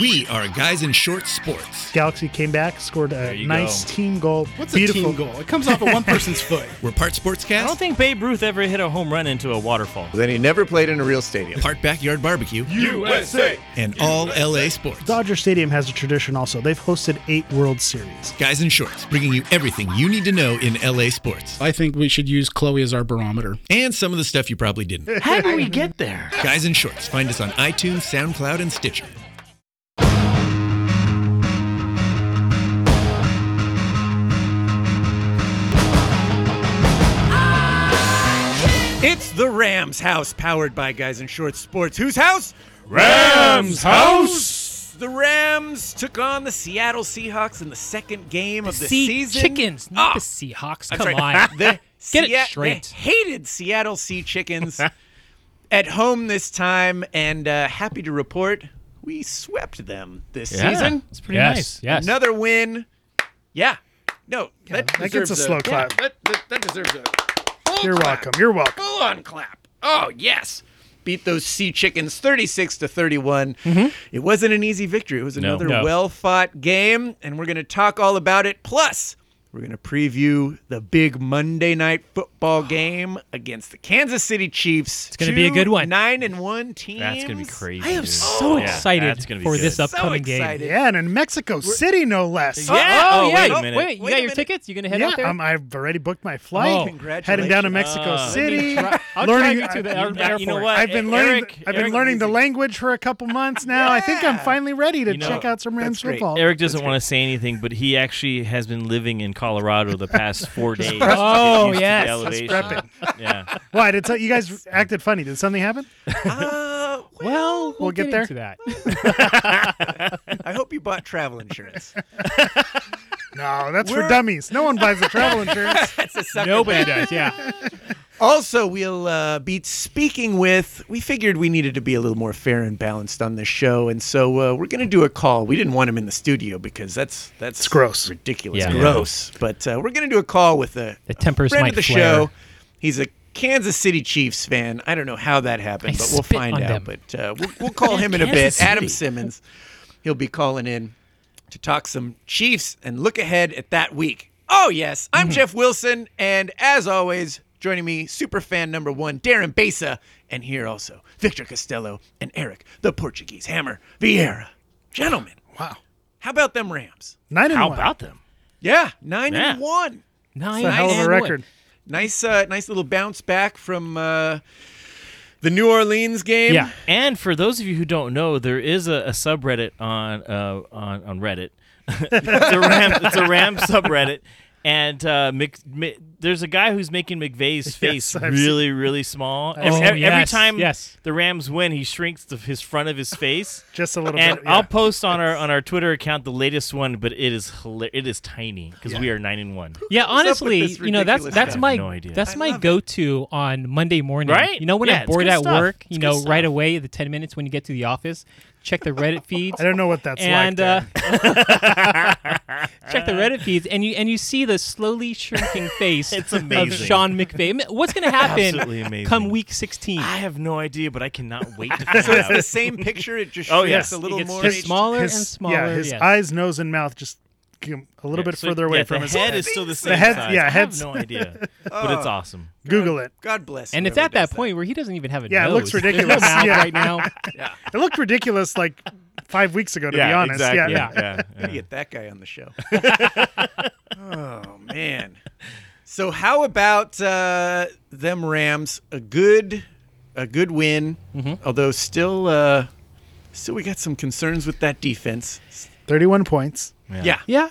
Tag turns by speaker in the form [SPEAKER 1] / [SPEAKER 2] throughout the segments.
[SPEAKER 1] We are guys in short sports.
[SPEAKER 2] Galaxy came back, scored a
[SPEAKER 3] you
[SPEAKER 2] nice
[SPEAKER 3] go.
[SPEAKER 2] team goal.
[SPEAKER 4] What's
[SPEAKER 2] Beautiful.
[SPEAKER 4] a team goal? It comes off of one person's foot.
[SPEAKER 1] We're part sportscast,
[SPEAKER 3] I don't think Babe Ruth ever hit a home run into a waterfall.
[SPEAKER 5] Then he never played in a real stadium.
[SPEAKER 1] part backyard barbecue,
[SPEAKER 3] USA!
[SPEAKER 1] and all LA sports.
[SPEAKER 2] Dodger Stadium has a tradition also. They've hosted eight World Series.
[SPEAKER 1] Guys in shorts, bringing you everything you need to know in LA sports
[SPEAKER 6] I think we should use Chloe as our barometer.
[SPEAKER 1] and some of the stuff you probably didn't.
[SPEAKER 3] How do we get there?
[SPEAKER 1] guys in shorts, find us on iTunes, SoundCloud, and Stitcher.
[SPEAKER 4] It's the Rams house powered by Guys in Short Sports. Whose house?
[SPEAKER 3] Rams House!
[SPEAKER 4] The Rams took on the Seattle Seahawks in the second game of the
[SPEAKER 7] Sea
[SPEAKER 4] season.
[SPEAKER 7] chickens, not the
[SPEAKER 4] Ah,
[SPEAKER 7] Seahawks.
[SPEAKER 4] that's
[SPEAKER 7] Come
[SPEAKER 4] right.
[SPEAKER 7] on.
[SPEAKER 4] The
[SPEAKER 7] Get
[SPEAKER 4] Sea-
[SPEAKER 7] it straight.
[SPEAKER 4] They hated Seattle Sea Chickens at home this time, and uh, happy to report we swept them this season.
[SPEAKER 7] It's pretty
[SPEAKER 6] Yes,
[SPEAKER 7] nice. Yes.
[SPEAKER 4] Another win. Yeah. No, that,
[SPEAKER 2] that
[SPEAKER 4] deserves
[SPEAKER 2] gets a slow
[SPEAKER 4] yeah,
[SPEAKER 2] clap.
[SPEAKER 4] that, that, that deserves a full
[SPEAKER 2] You're
[SPEAKER 4] clap.
[SPEAKER 2] welcome. You're welcome.
[SPEAKER 4] Full on clap. Oh, yes. Beat those sea chickens 36 to 31. It wasn't an easy victory. It was another
[SPEAKER 3] No.
[SPEAKER 4] well fought game, and we're going to talk all about it. Plus, we're going to preview the big Monday night football game against the Kansas City Chiefs. It's
[SPEAKER 7] gonna be a good one.
[SPEAKER 4] Nine and one teams.
[SPEAKER 3] That's going to be crazy.
[SPEAKER 7] I am
[SPEAKER 3] dude.
[SPEAKER 7] so
[SPEAKER 4] Oh,
[SPEAKER 3] Yeah,
[SPEAKER 7] excited
[SPEAKER 3] that's gonna be
[SPEAKER 7] for
[SPEAKER 3] good.
[SPEAKER 7] this
[SPEAKER 4] So
[SPEAKER 7] upcoming game.
[SPEAKER 4] excited.
[SPEAKER 2] Yeah, and in Mexico City, no less.
[SPEAKER 3] Yeah.
[SPEAKER 7] Oh,
[SPEAKER 3] Oh,
[SPEAKER 7] yeah.
[SPEAKER 3] wait a
[SPEAKER 7] you-
[SPEAKER 3] minute.
[SPEAKER 7] Wait, you
[SPEAKER 4] Wait a
[SPEAKER 7] got your
[SPEAKER 4] minute.
[SPEAKER 7] tickets? You gonna head
[SPEAKER 2] Yeah,
[SPEAKER 7] out there?
[SPEAKER 2] um, I've already booked my flight.
[SPEAKER 7] Oh. Uh,
[SPEAKER 2] Heading down to
[SPEAKER 4] Congratulations.
[SPEAKER 2] Mexico
[SPEAKER 3] Ah.
[SPEAKER 2] City.
[SPEAKER 7] I'll
[SPEAKER 2] learning,
[SPEAKER 7] drag you to the
[SPEAKER 2] I-
[SPEAKER 7] air-
[SPEAKER 3] Yeah, you know
[SPEAKER 7] airport.
[SPEAKER 3] what?
[SPEAKER 2] I've been
[SPEAKER 3] E-
[SPEAKER 2] learning.
[SPEAKER 3] Eric-
[SPEAKER 2] I've been
[SPEAKER 3] Eric-
[SPEAKER 2] learning the language for a couple months now. I think I'm finally ready to
[SPEAKER 3] You know,
[SPEAKER 2] check out some Rams
[SPEAKER 4] that's great.
[SPEAKER 2] football.
[SPEAKER 3] Eric doesn't want to say anything, but he actually has been living in Colorado the past four days. to get
[SPEAKER 7] Oh,
[SPEAKER 3] used to the
[SPEAKER 7] yes.
[SPEAKER 3] elevation. Yeah.
[SPEAKER 2] Why did so, you guys acted funny? Did something happen?
[SPEAKER 4] Uh,
[SPEAKER 7] well, we'll,
[SPEAKER 2] get
[SPEAKER 7] get,
[SPEAKER 2] there.
[SPEAKER 7] into that.
[SPEAKER 4] I hope you bought travel insurance.
[SPEAKER 2] No, that's for
[SPEAKER 4] We're-
[SPEAKER 2] dummies. No one buys the travel insurance.
[SPEAKER 4] That's a sucker
[SPEAKER 7] Nobody does. Yeah.
[SPEAKER 4] Also, we'll uh, be speaking with. We figured we needed to be a little more fair and balanced on this show, and so uh, we're going to do a call. We didn't want him in the studio because that's that's
[SPEAKER 2] It's gross.
[SPEAKER 4] ridiculous,
[SPEAKER 3] Yeah.
[SPEAKER 4] gross. But uh, we're going to do a call with a,
[SPEAKER 7] The tempers
[SPEAKER 4] a friend
[SPEAKER 7] might
[SPEAKER 4] of the
[SPEAKER 7] flare.
[SPEAKER 4] show. He's a Kansas City Chiefs fan. I don't know how that happened,
[SPEAKER 7] I
[SPEAKER 4] but we'll
[SPEAKER 7] spit
[SPEAKER 4] find
[SPEAKER 7] on them.
[SPEAKER 4] out. But uh, we'll, we'll call him in a bit.
[SPEAKER 3] Kansas
[SPEAKER 4] Adam
[SPEAKER 3] City.
[SPEAKER 4] Simmons. He'll be calling in to talk some Chiefs and look ahead at that week. Oh, yes. I'm Jeff Wilson. And as always, joining me, super fan number one, Darren Besa. And here also, Victor Costello and Eric, the Portuguese Hammer Vieira. Gentlemen. Wow. How about them Rams?
[SPEAKER 2] Nine and
[SPEAKER 3] How
[SPEAKER 2] one.
[SPEAKER 3] about them?
[SPEAKER 4] Yeah, 9
[SPEAKER 3] Yeah.
[SPEAKER 4] and 1.
[SPEAKER 7] Nine
[SPEAKER 2] It's a hell of
[SPEAKER 7] and
[SPEAKER 2] a
[SPEAKER 7] one.
[SPEAKER 2] record.
[SPEAKER 4] Nice, uh, nice little bounce back from uh, the New Orleans game.
[SPEAKER 7] Yeah.
[SPEAKER 3] And for those of you who don't know, there is a, a subreddit on uh, on on Reddit. it's a Ram, it's a Ram subreddit, and uh, Mc, Mi- there's a guy who's making McVeigh's face
[SPEAKER 2] I've
[SPEAKER 3] really really small.
[SPEAKER 7] Oh,
[SPEAKER 3] Every, every
[SPEAKER 7] yes,
[SPEAKER 3] time
[SPEAKER 7] yes.
[SPEAKER 3] the Rams win, he shrinks the, his front of his face.
[SPEAKER 2] Just a little
[SPEAKER 3] and
[SPEAKER 2] bit. yeah.
[SPEAKER 3] I'll post on our on our Twitter account the latest one, but it is hila- it is tiny because we are nine and one.
[SPEAKER 7] Yeah,
[SPEAKER 4] with
[SPEAKER 7] honestly,
[SPEAKER 4] this
[SPEAKER 7] you know that's
[SPEAKER 4] ridiculous
[SPEAKER 7] that's
[SPEAKER 3] stuff? I
[SPEAKER 7] my
[SPEAKER 3] have no idea.
[SPEAKER 7] that's
[SPEAKER 4] I
[SPEAKER 7] my
[SPEAKER 4] love it.
[SPEAKER 7] go-to on Monday morning.
[SPEAKER 3] Right?
[SPEAKER 7] You know when
[SPEAKER 3] Yeah,
[SPEAKER 7] I'm
[SPEAKER 3] it's
[SPEAKER 7] bored
[SPEAKER 3] good
[SPEAKER 7] at
[SPEAKER 3] stuff.
[SPEAKER 7] work,
[SPEAKER 3] It's
[SPEAKER 7] you
[SPEAKER 3] good
[SPEAKER 7] know right
[SPEAKER 3] stuff.
[SPEAKER 7] away the 10 minutes when you get to the office, check the Reddit feeds.
[SPEAKER 2] I don't know what that's
[SPEAKER 7] and
[SPEAKER 2] like.
[SPEAKER 7] uh, check the Reddit feeds, and you and you see the slowly shrinking face
[SPEAKER 3] It's
[SPEAKER 7] of
[SPEAKER 3] amazing.
[SPEAKER 7] Sean McVay. I mean, What's going to
[SPEAKER 3] Absolutely
[SPEAKER 7] happen
[SPEAKER 3] amazing.
[SPEAKER 7] come week 16?
[SPEAKER 3] I have no idea, but I cannot wait to find
[SPEAKER 4] So it's
[SPEAKER 3] out.
[SPEAKER 4] the same picture. It just
[SPEAKER 3] Oh,
[SPEAKER 4] shrinks
[SPEAKER 3] yes.
[SPEAKER 4] a little
[SPEAKER 3] It gets
[SPEAKER 4] more.
[SPEAKER 3] just
[SPEAKER 4] each time.
[SPEAKER 7] smaller
[SPEAKER 2] His-
[SPEAKER 7] and smaller.
[SPEAKER 2] Yeah, his
[SPEAKER 7] yes.
[SPEAKER 2] eyes, nose, and mouth just come a little bit
[SPEAKER 3] So,
[SPEAKER 2] further away
[SPEAKER 3] yeah,
[SPEAKER 2] from
[SPEAKER 3] the
[SPEAKER 2] his
[SPEAKER 3] head
[SPEAKER 2] head.
[SPEAKER 3] is still the same
[SPEAKER 2] head-
[SPEAKER 3] size.
[SPEAKER 2] yeah,
[SPEAKER 3] I have
[SPEAKER 2] head's-
[SPEAKER 3] no idea, but
[SPEAKER 4] Oh.
[SPEAKER 3] it's awesome.
[SPEAKER 2] Google it.
[SPEAKER 4] God bless.
[SPEAKER 7] and it's
[SPEAKER 4] whoever
[SPEAKER 7] at that
[SPEAKER 4] does
[SPEAKER 7] point where he doesn't even have a
[SPEAKER 2] Yeah, it
[SPEAKER 7] nose.
[SPEAKER 2] looks
[SPEAKER 7] There's no
[SPEAKER 2] ridiculous.
[SPEAKER 7] mouth
[SPEAKER 2] Yeah.
[SPEAKER 7] right now.
[SPEAKER 2] It looked ridiculous like five weeks ago, to be honest.
[SPEAKER 3] exactly.
[SPEAKER 2] Yeah.
[SPEAKER 4] Gotta get that guy on the show. oh man. So how about uh, them Rams? A good, a good win. Although still, uh, still we got some concerns with that defense.
[SPEAKER 2] 31 points.
[SPEAKER 4] Yeah.
[SPEAKER 7] Yeah.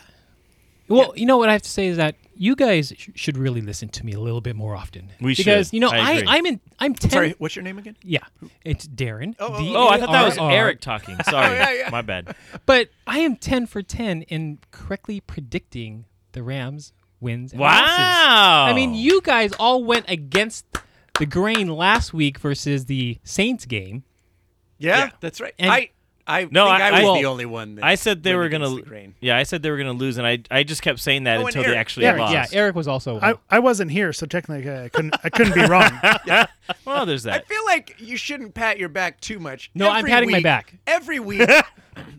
[SPEAKER 7] Well, you know what I have to say is that you guys sh- should really listen to me a little bit more often.
[SPEAKER 3] We should.
[SPEAKER 7] because you know
[SPEAKER 3] I
[SPEAKER 7] I,
[SPEAKER 3] agree.
[SPEAKER 7] I'm in I'm ten.
[SPEAKER 4] Sorry, what's your name again?
[SPEAKER 7] Yeah, it's Darren. E
[SPEAKER 4] Oh, oh, oh.
[SPEAKER 3] Oh, I thought that was
[SPEAKER 7] D-A-R-R.
[SPEAKER 3] Eric talking. Sorry,
[SPEAKER 4] yeah, yeah.
[SPEAKER 3] my bad.
[SPEAKER 7] But I am ten for ten in correctly predicting the Rams wins. And losses.
[SPEAKER 3] Wow.
[SPEAKER 7] I mean, you guys all went against the grain last week versus the Saints game.
[SPEAKER 4] Yeah, that's right.
[SPEAKER 7] And-
[SPEAKER 4] I, I
[SPEAKER 3] No,
[SPEAKER 4] think
[SPEAKER 3] I-
[SPEAKER 4] I, was
[SPEAKER 3] I-
[SPEAKER 4] the only one. That
[SPEAKER 3] I said they
[SPEAKER 4] went
[SPEAKER 3] were gonna.
[SPEAKER 4] against the grain.
[SPEAKER 3] yeah, I said they were gonna lose, and I I just kept saying that
[SPEAKER 4] Oh, and
[SPEAKER 3] until they
[SPEAKER 4] Eric.
[SPEAKER 3] actually
[SPEAKER 2] Eric,
[SPEAKER 3] lost.
[SPEAKER 7] Yeah, Eric was also.
[SPEAKER 2] I, I wasn't here, so technically I couldn't I couldn't be wrong.
[SPEAKER 3] Well, there's
[SPEAKER 4] I
[SPEAKER 3] that.
[SPEAKER 4] feel like you shouldn't pat your back too much.
[SPEAKER 7] No, I'm
[SPEAKER 4] Every
[SPEAKER 7] patting my
[SPEAKER 4] week-
[SPEAKER 7] back.
[SPEAKER 4] Every week,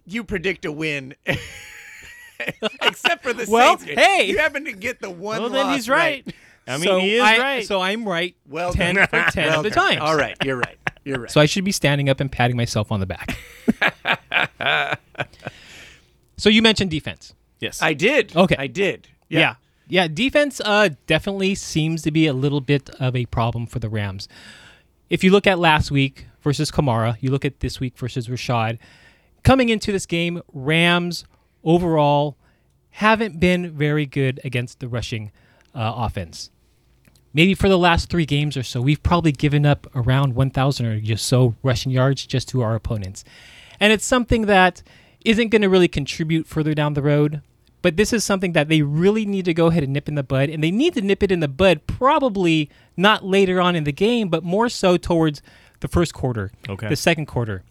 [SPEAKER 4] you predict a win. Except for the
[SPEAKER 7] Well,
[SPEAKER 4] Saints game.
[SPEAKER 7] hey.
[SPEAKER 4] you happen to get the one.
[SPEAKER 3] Well, then
[SPEAKER 4] loss
[SPEAKER 3] he's right. I mean,
[SPEAKER 7] so
[SPEAKER 3] he is
[SPEAKER 7] I,
[SPEAKER 3] right.
[SPEAKER 7] So I'm right.
[SPEAKER 4] Well
[SPEAKER 7] ten
[SPEAKER 4] done.
[SPEAKER 7] for ten
[SPEAKER 4] Well
[SPEAKER 7] of the
[SPEAKER 4] done.
[SPEAKER 7] time.
[SPEAKER 4] All right, you're right. You're right.
[SPEAKER 7] So I should be standing up and patting myself on the back. so you mentioned defense.
[SPEAKER 3] yes.
[SPEAKER 4] I did.
[SPEAKER 7] Okay.
[SPEAKER 4] I did.
[SPEAKER 7] Yeah. Yeah, defense uh, definitely seems to be a little bit of a problem for the Rams. If you look at last week versus Kamara, you look at this week versus Rashad, coming into this game, Rams overall haven't been very good against the rushing uh, offense. Maybe for the last three games or so, we've probably given up around 1,000 or just so rushing yards just to our opponents. And it's something that isn't going to really contribute further down the road. But this is something that they really need to go ahead and nip in the bud. And they need to nip it in the bud probably not later on in the game, but more so towards the first quarter,
[SPEAKER 3] Okay.
[SPEAKER 7] the second quarter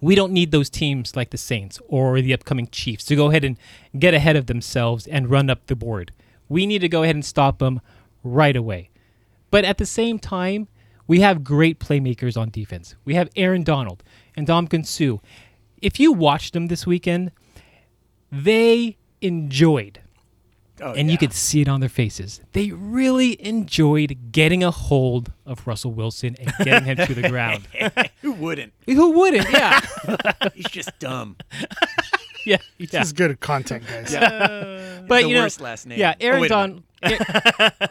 [SPEAKER 7] we don't need those teams like the Saints or the upcoming Chiefs to go ahead and get ahead of themselves and run up the board. We need to go ahead and stop them right away. But at the same time, we have great playmakers on defense. We have Aaron Donald and Dom Su. If you watched them this weekend, they enjoyed and you could see it on their faces. They really enjoyed getting a hold of Russell Wilson and getting him to the ground.
[SPEAKER 4] Who wouldn't?
[SPEAKER 7] Who wouldn't? Yeah.
[SPEAKER 4] He's just dumb.
[SPEAKER 7] Yeah. yeah.
[SPEAKER 2] This is good content, guys.
[SPEAKER 7] but
[SPEAKER 4] the
[SPEAKER 7] you know,
[SPEAKER 4] worst last name.
[SPEAKER 7] Yeah,
[SPEAKER 4] Oh,
[SPEAKER 7] Aaron
[SPEAKER 4] wait a
[SPEAKER 7] Donald.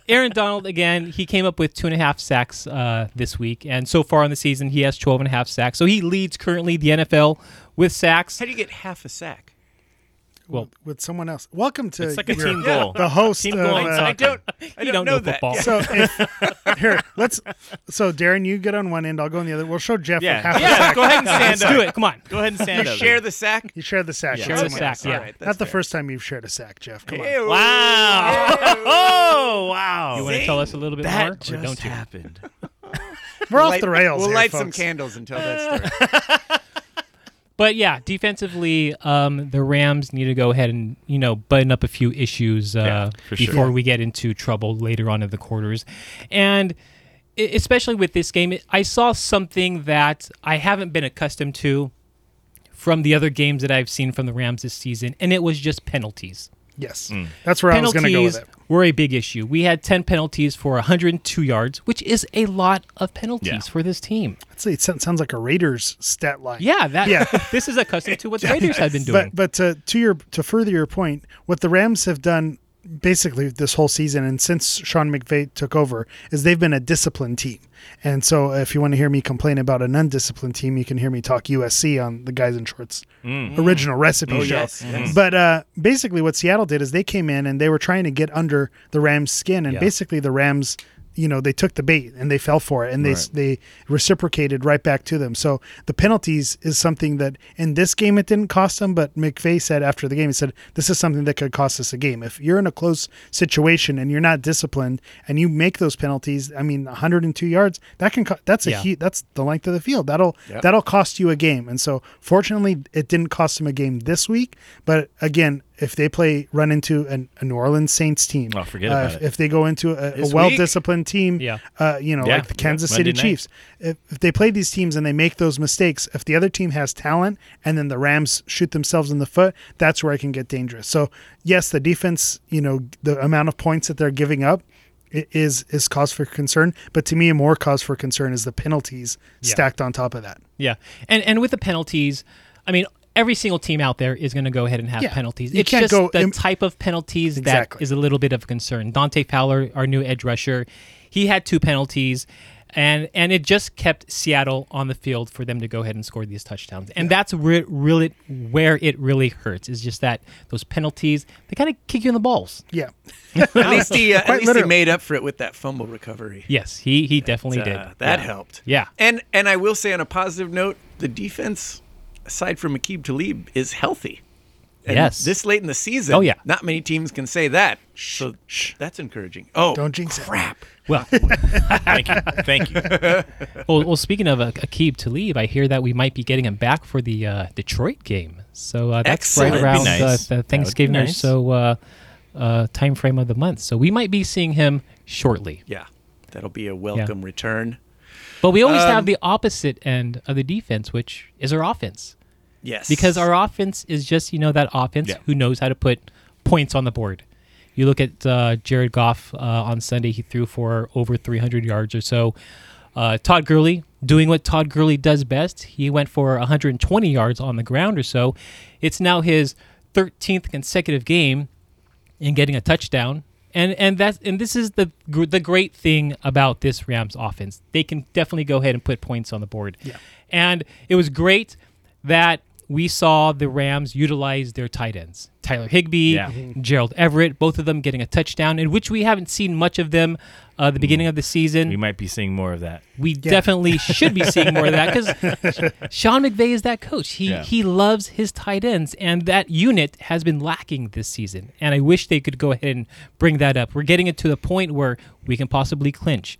[SPEAKER 7] Aaron Donald again. He came up with two and a half sacks uh, this week, and so far in the season, he has 12 and a half sacks. So he leads currently the NFL with sacks.
[SPEAKER 4] How do you get half a sack?
[SPEAKER 2] With someone else. Welcome to
[SPEAKER 3] it's like a
[SPEAKER 2] your-
[SPEAKER 3] team goal.
[SPEAKER 2] the host
[SPEAKER 3] Team
[SPEAKER 2] of,
[SPEAKER 3] goal in
[SPEAKER 2] uh,
[SPEAKER 3] soccer.
[SPEAKER 4] I don't. I
[SPEAKER 7] You
[SPEAKER 4] don't,
[SPEAKER 7] don't
[SPEAKER 4] know,
[SPEAKER 7] know
[SPEAKER 4] that.
[SPEAKER 7] football.
[SPEAKER 4] Yeah.
[SPEAKER 2] So if, here, let's. So Darren, you get on one end. I'll go on the other. We'll show Jeff.
[SPEAKER 3] Yeah.
[SPEAKER 2] Yeah. Half
[SPEAKER 3] Yeah.
[SPEAKER 2] A sack.
[SPEAKER 3] Go ahead and stand
[SPEAKER 7] Let's
[SPEAKER 3] up.
[SPEAKER 7] do it. Come on.
[SPEAKER 3] Go ahead and stand up.
[SPEAKER 4] Share the sack.
[SPEAKER 2] You share the sack. with
[SPEAKER 7] Share the
[SPEAKER 2] someone
[SPEAKER 7] sack,
[SPEAKER 2] else.
[SPEAKER 7] yeah.
[SPEAKER 2] All right, Not the first time you've shared a sack, Jeff. Come on.
[SPEAKER 3] Wow. oh, wow.
[SPEAKER 7] You want to tell us a little bit more?
[SPEAKER 3] that
[SPEAKER 7] or
[SPEAKER 3] just
[SPEAKER 7] don't you?
[SPEAKER 3] happened.
[SPEAKER 2] We're off the rails.
[SPEAKER 4] We'll
[SPEAKER 2] here,
[SPEAKER 4] light some
[SPEAKER 2] folks.
[SPEAKER 4] candles and tell that story.
[SPEAKER 7] But yeah, defensively, um, the Rams need to go ahead and you know button up a few issues uh,
[SPEAKER 3] for sure.
[SPEAKER 7] before we get into trouble later on in the quarters, and e- especially with this game, I saw something that I haven't been accustomed to from the other games that I've seen from the Rams this season, and it was just penalties.
[SPEAKER 2] Yes,
[SPEAKER 3] Mm.
[SPEAKER 2] that's where I was going to go with
[SPEAKER 7] penalties
[SPEAKER 2] it.
[SPEAKER 7] were a big issue. We had ten penalties for 102 yards, which is a lot of penalties
[SPEAKER 3] Yeah.
[SPEAKER 7] for this team.
[SPEAKER 2] I'd say it sound- sounds like a Raiders stat line.
[SPEAKER 7] Yeah, that
[SPEAKER 2] Yeah.
[SPEAKER 7] this is accustomed to what the Raiders have been doing.
[SPEAKER 2] But but to to your to further your point, what the Rams have done basically this whole season and since Sean McVay took over is they've been a disciplined team. And so if you want to hear me complain about an undisciplined team, you can hear me talk USC on the guys in shorts original recipe show.
[SPEAKER 4] Mm. Oh, yes, yes.
[SPEAKER 2] But uh, basically what Seattle did is they came in and they were trying to get under the Rams skin and basically the Rams you know they took the bait and they fell for it and they they reciprocated right back to them. So the penalties is something that in this game it didn't cost them, but McVay said after the game he said this is something that could cost us a game. If you're in a close situation and you're not disciplined and you make those penalties, I mean 102 yards that can co- that's a
[SPEAKER 7] Yeah.
[SPEAKER 2] huge that's the length of the field that'll that'll cost you a game. And so fortunately it didn't cost them a game this week, but again. If they play run into an, a New Orleans Saints team,
[SPEAKER 3] Oh, forget
[SPEAKER 2] uh,
[SPEAKER 3] about
[SPEAKER 2] if,
[SPEAKER 3] it.
[SPEAKER 2] if they go into a, a
[SPEAKER 4] This
[SPEAKER 2] well disciplined team,
[SPEAKER 7] Yeah.
[SPEAKER 2] uh, you know,
[SPEAKER 3] Yeah,
[SPEAKER 2] like the
[SPEAKER 3] yeah,
[SPEAKER 2] Kansas
[SPEAKER 3] Monday
[SPEAKER 2] City
[SPEAKER 3] night.
[SPEAKER 2] Chiefs, if, if they play these teams and they make those mistakes, if the other team has talent and then the Rams shoot themselves in the foot, that's where it can get dangerous. So, yes, the defense, you know, the amount of points that they're giving up i- is is cause for concern. But to me, a more cause for concern is the penalties stacked on top of that.
[SPEAKER 7] Yeah, and and with the penalties, I mean, every single team out there is going to go ahead and have
[SPEAKER 2] Yeah.
[SPEAKER 7] penalties.
[SPEAKER 2] You
[SPEAKER 7] it's
[SPEAKER 2] can't
[SPEAKER 7] just
[SPEAKER 2] go
[SPEAKER 7] the
[SPEAKER 2] im-
[SPEAKER 7] type of penalties
[SPEAKER 2] Exactly.
[SPEAKER 7] that is a little bit of a concern. Dante Fowler, our new edge rusher, he had two penalties. And, and it just kept Seattle on the field for them to go ahead and score these touchdowns, and that's re- really where it really hurts. Is just that those penalties they kind of kick you in the balls.
[SPEAKER 2] Yeah.
[SPEAKER 4] at least he, uh, at
[SPEAKER 2] Quite
[SPEAKER 4] least he
[SPEAKER 2] literally.
[SPEAKER 4] made up for it with that fumble recovery.
[SPEAKER 7] Yes, Oh, he he definitely did.
[SPEAKER 4] Uh, that helped.
[SPEAKER 7] Yeah.
[SPEAKER 4] And and I will say on a positive note, the defense, aside from Akib Talib, is healthy. And
[SPEAKER 7] Yes.
[SPEAKER 4] This late in the season.
[SPEAKER 7] Oh, yeah.
[SPEAKER 4] Not many teams can say that. So that's encouraging. Oh,
[SPEAKER 2] Don't jinx it.
[SPEAKER 4] crap.
[SPEAKER 7] well,
[SPEAKER 3] Thank you. Thank you.
[SPEAKER 7] well, well, speaking of uh, Akib to leave, I hear that we might be getting him back for the uh, Detroit game. So uh, that's
[SPEAKER 4] Excellent.
[SPEAKER 7] right
[SPEAKER 4] That'd
[SPEAKER 7] around
[SPEAKER 3] nice.
[SPEAKER 7] the,
[SPEAKER 4] be
[SPEAKER 7] the
[SPEAKER 3] That would be
[SPEAKER 7] Thanksgiving or
[SPEAKER 3] nice.
[SPEAKER 7] so uh, uh, time frame of the month. So we might be seeing him shortly.
[SPEAKER 4] Yeah. That'll be a welcome return.
[SPEAKER 3] Um,
[SPEAKER 7] But we always have the opposite end of the defense, which is our offense.
[SPEAKER 4] Yes.
[SPEAKER 7] Because our offense is just, you know, that offense
[SPEAKER 1] Yeah.
[SPEAKER 7] who knows how to put points on the board. You look at uh, Jared Goff uh, on Sunday, he threw for over 300 yards or so. Uh, Todd Gurley doing what Todd Gurley does best. He went for 120 yards on the ground or so. It's now his 13th consecutive game and getting a touchdown. And and that's and this is the gr- the great thing about this Rams offense. They can definitely go ahead and put points on the board. Yeah. And it was great that we saw the Rams utilize their tight ends. Tyler Higbee, Mm-hmm.
[SPEAKER 3] Yeah.
[SPEAKER 7] Gerald Everett, both of them getting a touchdown, in which we haven't seen much of them uh, the beginning of the season
[SPEAKER 3] We might be seeing more of that.
[SPEAKER 7] we definitely should be seeing more of that because Sean McVay is that coach. He
[SPEAKER 3] Yeah.
[SPEAKER 7] he loves his tight ends, and that unit has been lacking this season. And I wish they could go ahead and bring that up. We're getting it to the point where we can possibly clinch.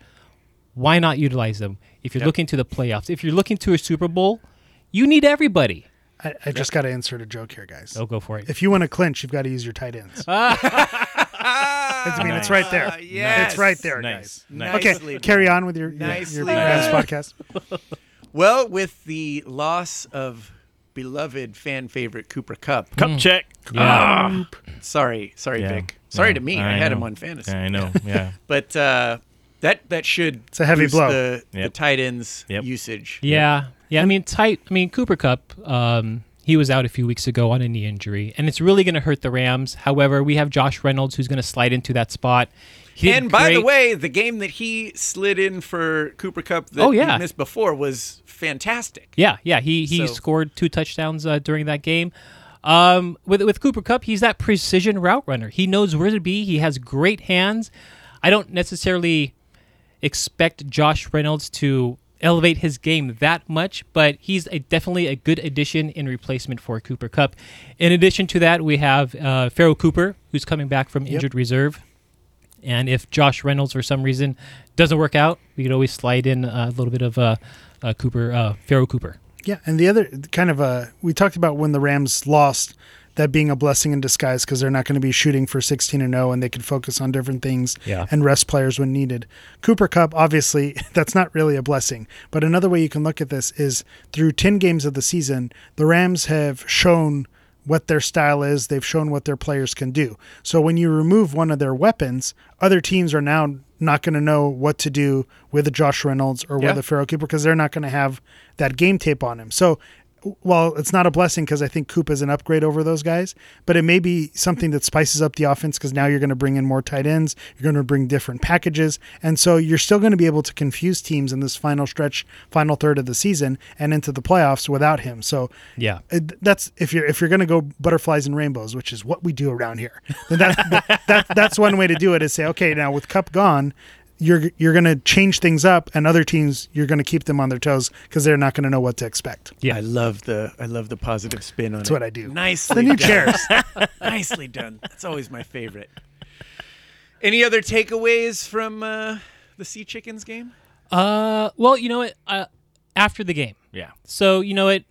[SPEAKER 7] Why not utilize them? If you're looking to the playoffs, if you're looking to a Super Bowl, you need everybody.
[SPEAKER 2] I, I just got to insert a joke here, guys.
[SPEAKER 7] Oh, go for it.
[SPEAKER 2] If you want to clinch, you've got to use your tight ends. I mean, it's right there.
[SPEAKER 4] Yes.
[SPEAKER 2] It's right there, guys.
[SPEAKER 3] Nice. nice.
[SPEAKER 2] Okay,
[SPEAKER 4] Nicely done.
[SPEAKER 2] carry on with your, your,
[SPEAKER 4] Nicely
[SPEAKER 2] your
[SPEAKER 4] done.
[SPEAKER 2] Rams podcast.
[SPEAKER 4] Well, with the loss of beloved fan favorite Cooper Cup.
[SPEAKER 3] Cup
[SPEAKER 2] Mm.
[SPEAKER 3] check. Ah.
[SPEAKER 4] Sorry, sorry,
[SPEAKER 3] Yeah.
[SPEAKER 4] Vic. Sorry
[SPEAKER 3] Yeah.
[SPEAKER 4] to me. I,
[SPEAKER 3] I
[SPEAKER 4] had
[SPEAKER 3] know.
[SPEAKER 4] him on fantasy.
[SPEAKER 3] I know. Yeah.
[SPEAKER 4] But uh, that that should
[SPEAKER 2] It's a heavy
[SPEAKER 4] boost
[SPEAKER 2] blow.
[SPEAKER 4] The, the
[SPEAKER 3] Yep.
[SPEAKER 4] tight ends
[SPEAKER 3] Yep.
[SPEAKER 4] usage.
[SPEAKER 7] Yeah. Yeah. I mean, tight. I mean, Cooper Cup, um, he was out a few weeks ago on a knee injury, and it's really going to hurt the Rams. However, we have Josh Reynolds who's going to slide into that spot. He did
[SPEAKER 4] And by the
[SPEAKER 7] great.
[SPEAKER 4] way, the game that he slid in for Cooper Cup that
[SPEAKER 7] Oh, yeah.
[SPEAKER 4] he missed before was fantastic.
[SPEAKER 7] yeah, yeah, he he
[SPEAKER 4] So-
[SPEAKER 7] scored two touchdowns uh, during that game. Um, with with Cooper Cup, he's that precision route runner. He knows where to be. He has great hands. I don't necessarily expect Josh Reynolds to elevate his game that much, but he's a, definitely a good addition in replacement for Cooper Cup. In addition to that, we have uh, Pharaoh Cooper, who's coming back from injured reserve. And if Josh Reynolds, for some reason, doesn't work out, we could always slide in uh, a little bit of uh, uh, Cooper, uh, Pharaoh Cooper.
[SPEAKER 2] Yeah, and the other kind of uh, we talked about when the Rams lost that being a blessing in disguise because they're not going to be shooting for 16 and 0 and they could focus on different things
[SPEAKER 7] Yeah.
[SPEAKER 2] and rest players when needed. Cooper Cup, obviously, that's not really a blessing. But another way you can look at this is through 10 games of the season, the Rams have shown what their style is, they've shown what their players can do. So when you remove one of their weapons, other teams are now not going to know what to do with a Josh Reynolds or with
[SPEAKER 4] Yeah.
[SPEAKER 2] a Pharaoh Cooper because they're not going to have that game tape on him. So well, it's not a blessing because I think Coop is an upgrade over those guys, but it may be something that spices up the offense because now you're going to bring in more tight ends, you're going to bring different packages, and so you're still going to be able to confuse teams in this final stretch, final third of the season, and into the playoffs without him. So
[SPEAKER 7] Yeah.
[SPEAKER 2] it- Uh, that's if you're if you're going to go butterflies and rainbows, which is what we do around here. Then that, that, that's one way to do it is say, okay, now with Cup gone, you're you're going to change things up, and other teams you're going to keep them on their toes because they're not going to know what to expect.
[SPEAKER 7] Yeah.
[SPEAKER 4] I love the I love the positive spin on
[SPEAKER 2] That's
[SPEAKER 4] it.
[SPEAKER 2] what I do.
[SPEAKER 4] Nicely
[SPEAKER 2] The new
[SPEAKER 4] done.
[SPEAKER 2] chairs.
[SPEAKER 4] Nicely done. That's always my favorite. Any other takeaways from uh, the Sea Chickens game?
[SPEAKER 7] Uh, well, you know what? Uh, after the game.
[SPEAKER 3] Yeah.
[SPEAKER 7] So, you know what?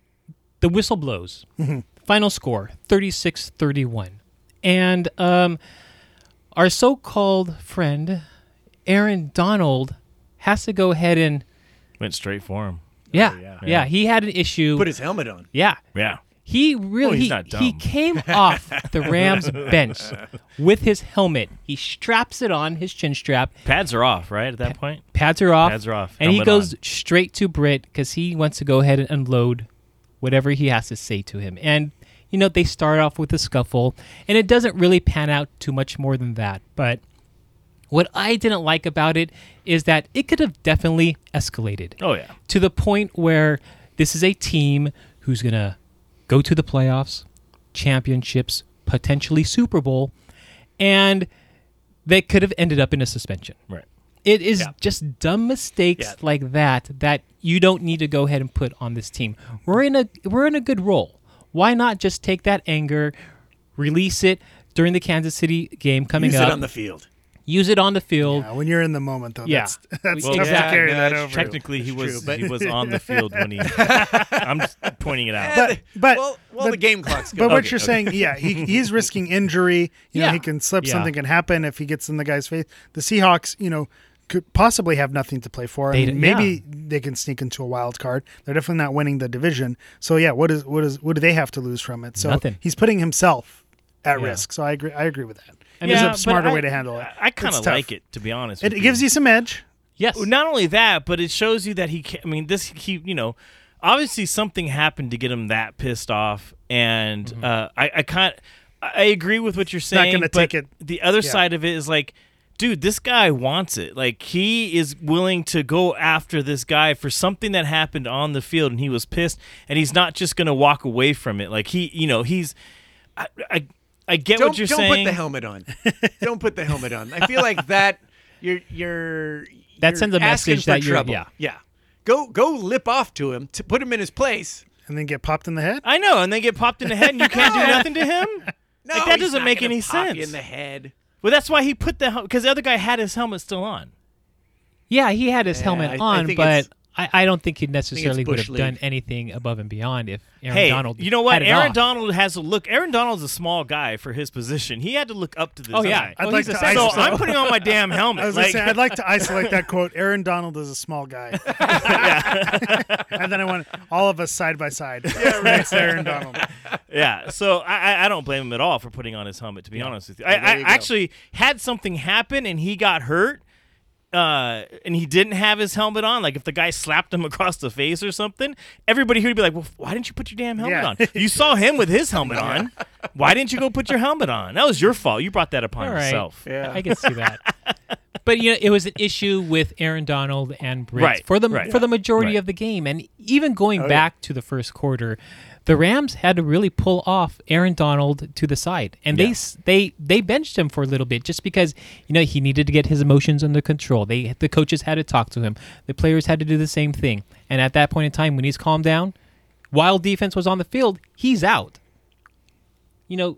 [SPEAKER 7] The whistle blows.
[SPEAKER 3] Mm-hmm.
[SPEAKER 7] Final score 36 31. And um, our so called friend, Aaron Donald, has to go ahead and.
[SPEAKER 3] Went straight for him.
[SPEAKER 7] Yeah, yeah, He had an issue.
[SPEAKER 4] Put his helmet on.
[SPEAKER 7] yeah.
[SPEAKER 3] Yeah.
[SPEAKER 7] He really
[SPEAKER 3] he's
[SPEAKER 7] he,
[SPEAKER 3] not
[SPEAKER 7] he
[SPEAKER 3] dumb.
[SPEAKER 7] came off the Rams bench with his helmet. He straps it on his chin strap.
[SPEAKER 3] Pads are off, right? At that point.
[SPEAKER 7] Pads are off.
[SPEAKER 3] Pads are off.
[SPEAKER 7] And he
[SPEAKER 3] Helmet
[SPEAKER 7] goes
[SPEAKER 3] on.
[SPEAKER 7] straight to Britt because he wants to go ahead and unload whatever he has to say to him. And you know they start off with a scuffle, and it doesn't really pan out too much more than that. But what I didn't like about it is that it could have definitely escalated
[SPEAKER 3] Oh yeah.
[SPEAKER 7] to the point where this is a team who's going to go to the playoffs, championships, potentially Super Bowl, and they could have ended up in a suspension.
[SPEAKER 3] Right.
[SPEAKER 7] It is just dumb mistakes
[SPEAKER 4] Yeah.
[SPEAKER 7] like that that you don't need to go ahead and put on this team. We're in a we're in a good role. Why not just take that anger, release it during the Kansas City game coming
[SPEAKER 4] Use
[SPEAKER 7] up,
[SPEAKER 4] it on the field.
[SPEAKER 7] use it on the field.
[SPEAKER 2] Yeah, when you're in the moment, though,
[SPEAKER 7] Yeah.
[SPEAKER 2] that's, that's
[SPEAKER 7] Well,
[SPEAKER 2] tough
[SPEAKER 7] exactly.
[SPEAKER 2] to carry
[SPEAKER 4] Yeah,
[SPEAKER 2] that
[SPEAKER 4] no,
[SPEAKER 2] over.
[SPEAKER 3] Technically, he was
[SPEAKER 4] true, but-
[SPEAKER 3] he was on the field when he. I'm just pointing it out.
[SPEAKER 2] But- but-
[SPEAKER 4] well, well
[SPEAKER 2] but-
[SPEAKER 4] the game clock's
[SPEAKER 2] But
[SPEAKER 4] good.
[SPEAKER 2] what you're saying, yeah, he, he's risking injury. You know,
[SPEAKER 7] Yeah.
[SPEAKER 2] he can slip.
[SPEAKER 7] Yeah.
[SPEAKER 2] Something can happen if he gets in the guy's face. The Seahawks, you know, could possibly have nothing to play for. I
[SPEAKER 7] They
[SPEAKER 2] mean,
[SPEAKER 7] d-
[SPEAKER 2] maybe they can sneak into a wild card. They're definitely not winning the division. So yeah, what is what is what do they have to lose from it? So
[SPEAKER 7] Nothing.
[SPEAKER 2] he's putting himself at
[SPEAKER 7] Yeah.
[SPEAKER 2] risk. So I agree. I agree with that.
[SPEAKER 7] I
[SPEAKER 2] I
[SPEAKER 7] mean,
[SPEAKER 2] mean,
[SPEAKER 7] Yeah,
[SPEAKER 2] a
[SPEAKER 3] but
[SPEAKER 2] smarter
[SPEAKER 3] I-
[SPEAKER 2] way to handle it.
[SPEAKER 3] I kind
[SPEAKER 2] It's
[SPEAKER 3] of
[SPEAKER 2] tough.
[SPEAKER 3] like it, to be honest.
[SPEAKER 2] It,
[SPEAKER 3] with
[SPEAKER 2] gives you some edge.
[SPEAKER 7] Yes.
[SPEAKER 3] Not only that, but it shows you that he. Can, I mean, this he. You know, obviously something happened to get him that pissed off, and uh, I, I can't. I agree with what you're
[SPEAKER 2] Mm-hmm. not
[SPEAKER 3] saying.
[SPEAKER 2] gonna
[SPEAKER 3] but
[SPEAKER 2] take it-
[SPEAKER 3] The other
[SPEAKER 2] yeah.
[SPEAKER 3] side of it is like, dude, this guy wants it. Like he is willing to go after this guy for something that happened on the field, and he was pissed, and he's not just gonna walk away from it. Like he, you know, he's. I, I, I get
[SPEAKER 4] don't
[SPEAKER 3] what you're
[SPEAKER 4] don't
[SPEAKER 3] saying.
[SPEAKER 4] put the helmet on. don't put the helmet on. I feel like that you're you're
[SPEAKER 7] That
[SPEAKER 4] you're
[SPEAKER 7] sends a
[SPEAKER 4] asking
[SPEAKER 7] message
[SPEAKER 4] for
[SPEAKER 7] that you're-
[SPEAKER 4] trouble.
[SPEAKER 7] yeah.
[SPEAKER 4] yeah. Go go lip off to him to put him in his place.
[SPEAKER 2] and then get popped in the head.
[SPEAKER 3] I know, and they get popped in the head, and you can't do nothing to him.
[SPEAKER 4] No,
[SPEAKER 3] like, that
[SPEAKER 4] he's
[SPEAKER 3] doesn't
[SPEAKER 4] not
[SPEAKER 3] make
[SPEAKER 4] gonna
[SPEAKER 3] any
[SPEAKER 4] pop you
[SPEAKER 3] sense.
[SPEAKER 4] In the head.
[SPEAKER 3] Well, that's why he put the because the other guy had his helmet still on.
[SPEAKER 7] Yeah, he had his helmet
[SPEAKER 4] I- I
[SPEAKER 7] on,
[SPEAKER 4] think
[SPEAKER 7] but
[SPEAKER 4] it's-
[SPEAKER 7] I, I don't think he necessarily would
[SPEAKER 4] Bush
[SPEAKER 7] have done
[SPEAKER 4] League.
[SPEAKER 7] anything above and beyond if Aaron
[SPEAKER 3] hey,
[SPEAKER 7] Donald.
[SPEAKER 3] you know what?
[SPEAKER 7] had it
[SPEAKER 3] Aaron
[SPEAKER 7] off.
[SPEAKER 3] Donald has to look. Aaron Donald's a small guy for his position. He had to look up to this.
[SPEAKER 7] Oh
[SPEAKER 3] other
[SPEAKER 7] yeah,
[SPEAKER 3] guy.
[SPEAKER 2] I'd
[SPEAKER 7] Oh,
[SPEAKER 2] like
[SPEAKER 7] he's a
[SPEAKER 2] to
[SPEAKER 7] sex
[SPEAKER 3] So
[SPEAKER 2] isolate-
[SPEAKER 7] symbol.
[SPEAKER 3] I'm putting on my damn helmet.
[SPEAKER 2] I was
[SPEAKER 3] like,
[SPEAKER 2] gonna say, I'd like to isolate that quote. Aaron Donald is a small guy, and then I want all of us side by side next to Aaron Donald.
[SPEAKER 3] yeah. So I, I- I don't blame him at all for putting on his helmet. To be honest with you, I, I
[SPEAKER 4] you go.
[SPEAKER 3] actually had something happen and he got hurt, uh, and he didn't have his helmet on. Like if the guy slapped him across the face or something, everybody here would be like, "Well, why didn't you put your damn helmet
[SPEAKER 2] Yeah.
[SPEAKER 3] on? You saw him with his helmet on. Why didn't you go put your helmet on? That was your fault. You brought that upon
[SPEAKER 7] All right.
[SPEAKER 3] yourself."
[SPEAKER 7] I can see that. but you know, it was an issue with Aaron Donald and Briggs
[SPEAKER 3] Right,
[SPEAKER 7] for the
[SPEAKER 3] right.
[SPEAKER 7] for the majority
[SPEAKER 3] Right.
[SPEAKER 7] of the game, and even going back to the first quarter, the Rams had to really pull off Aaron Donald to the side, and they s they they benched him for a little bit just because you know he needed to get his emotions under control. They the coaches had to talk to him, the players had to do the same thing, and at that point in time, when he's calmed down, while defense was on the field, he's out. You know,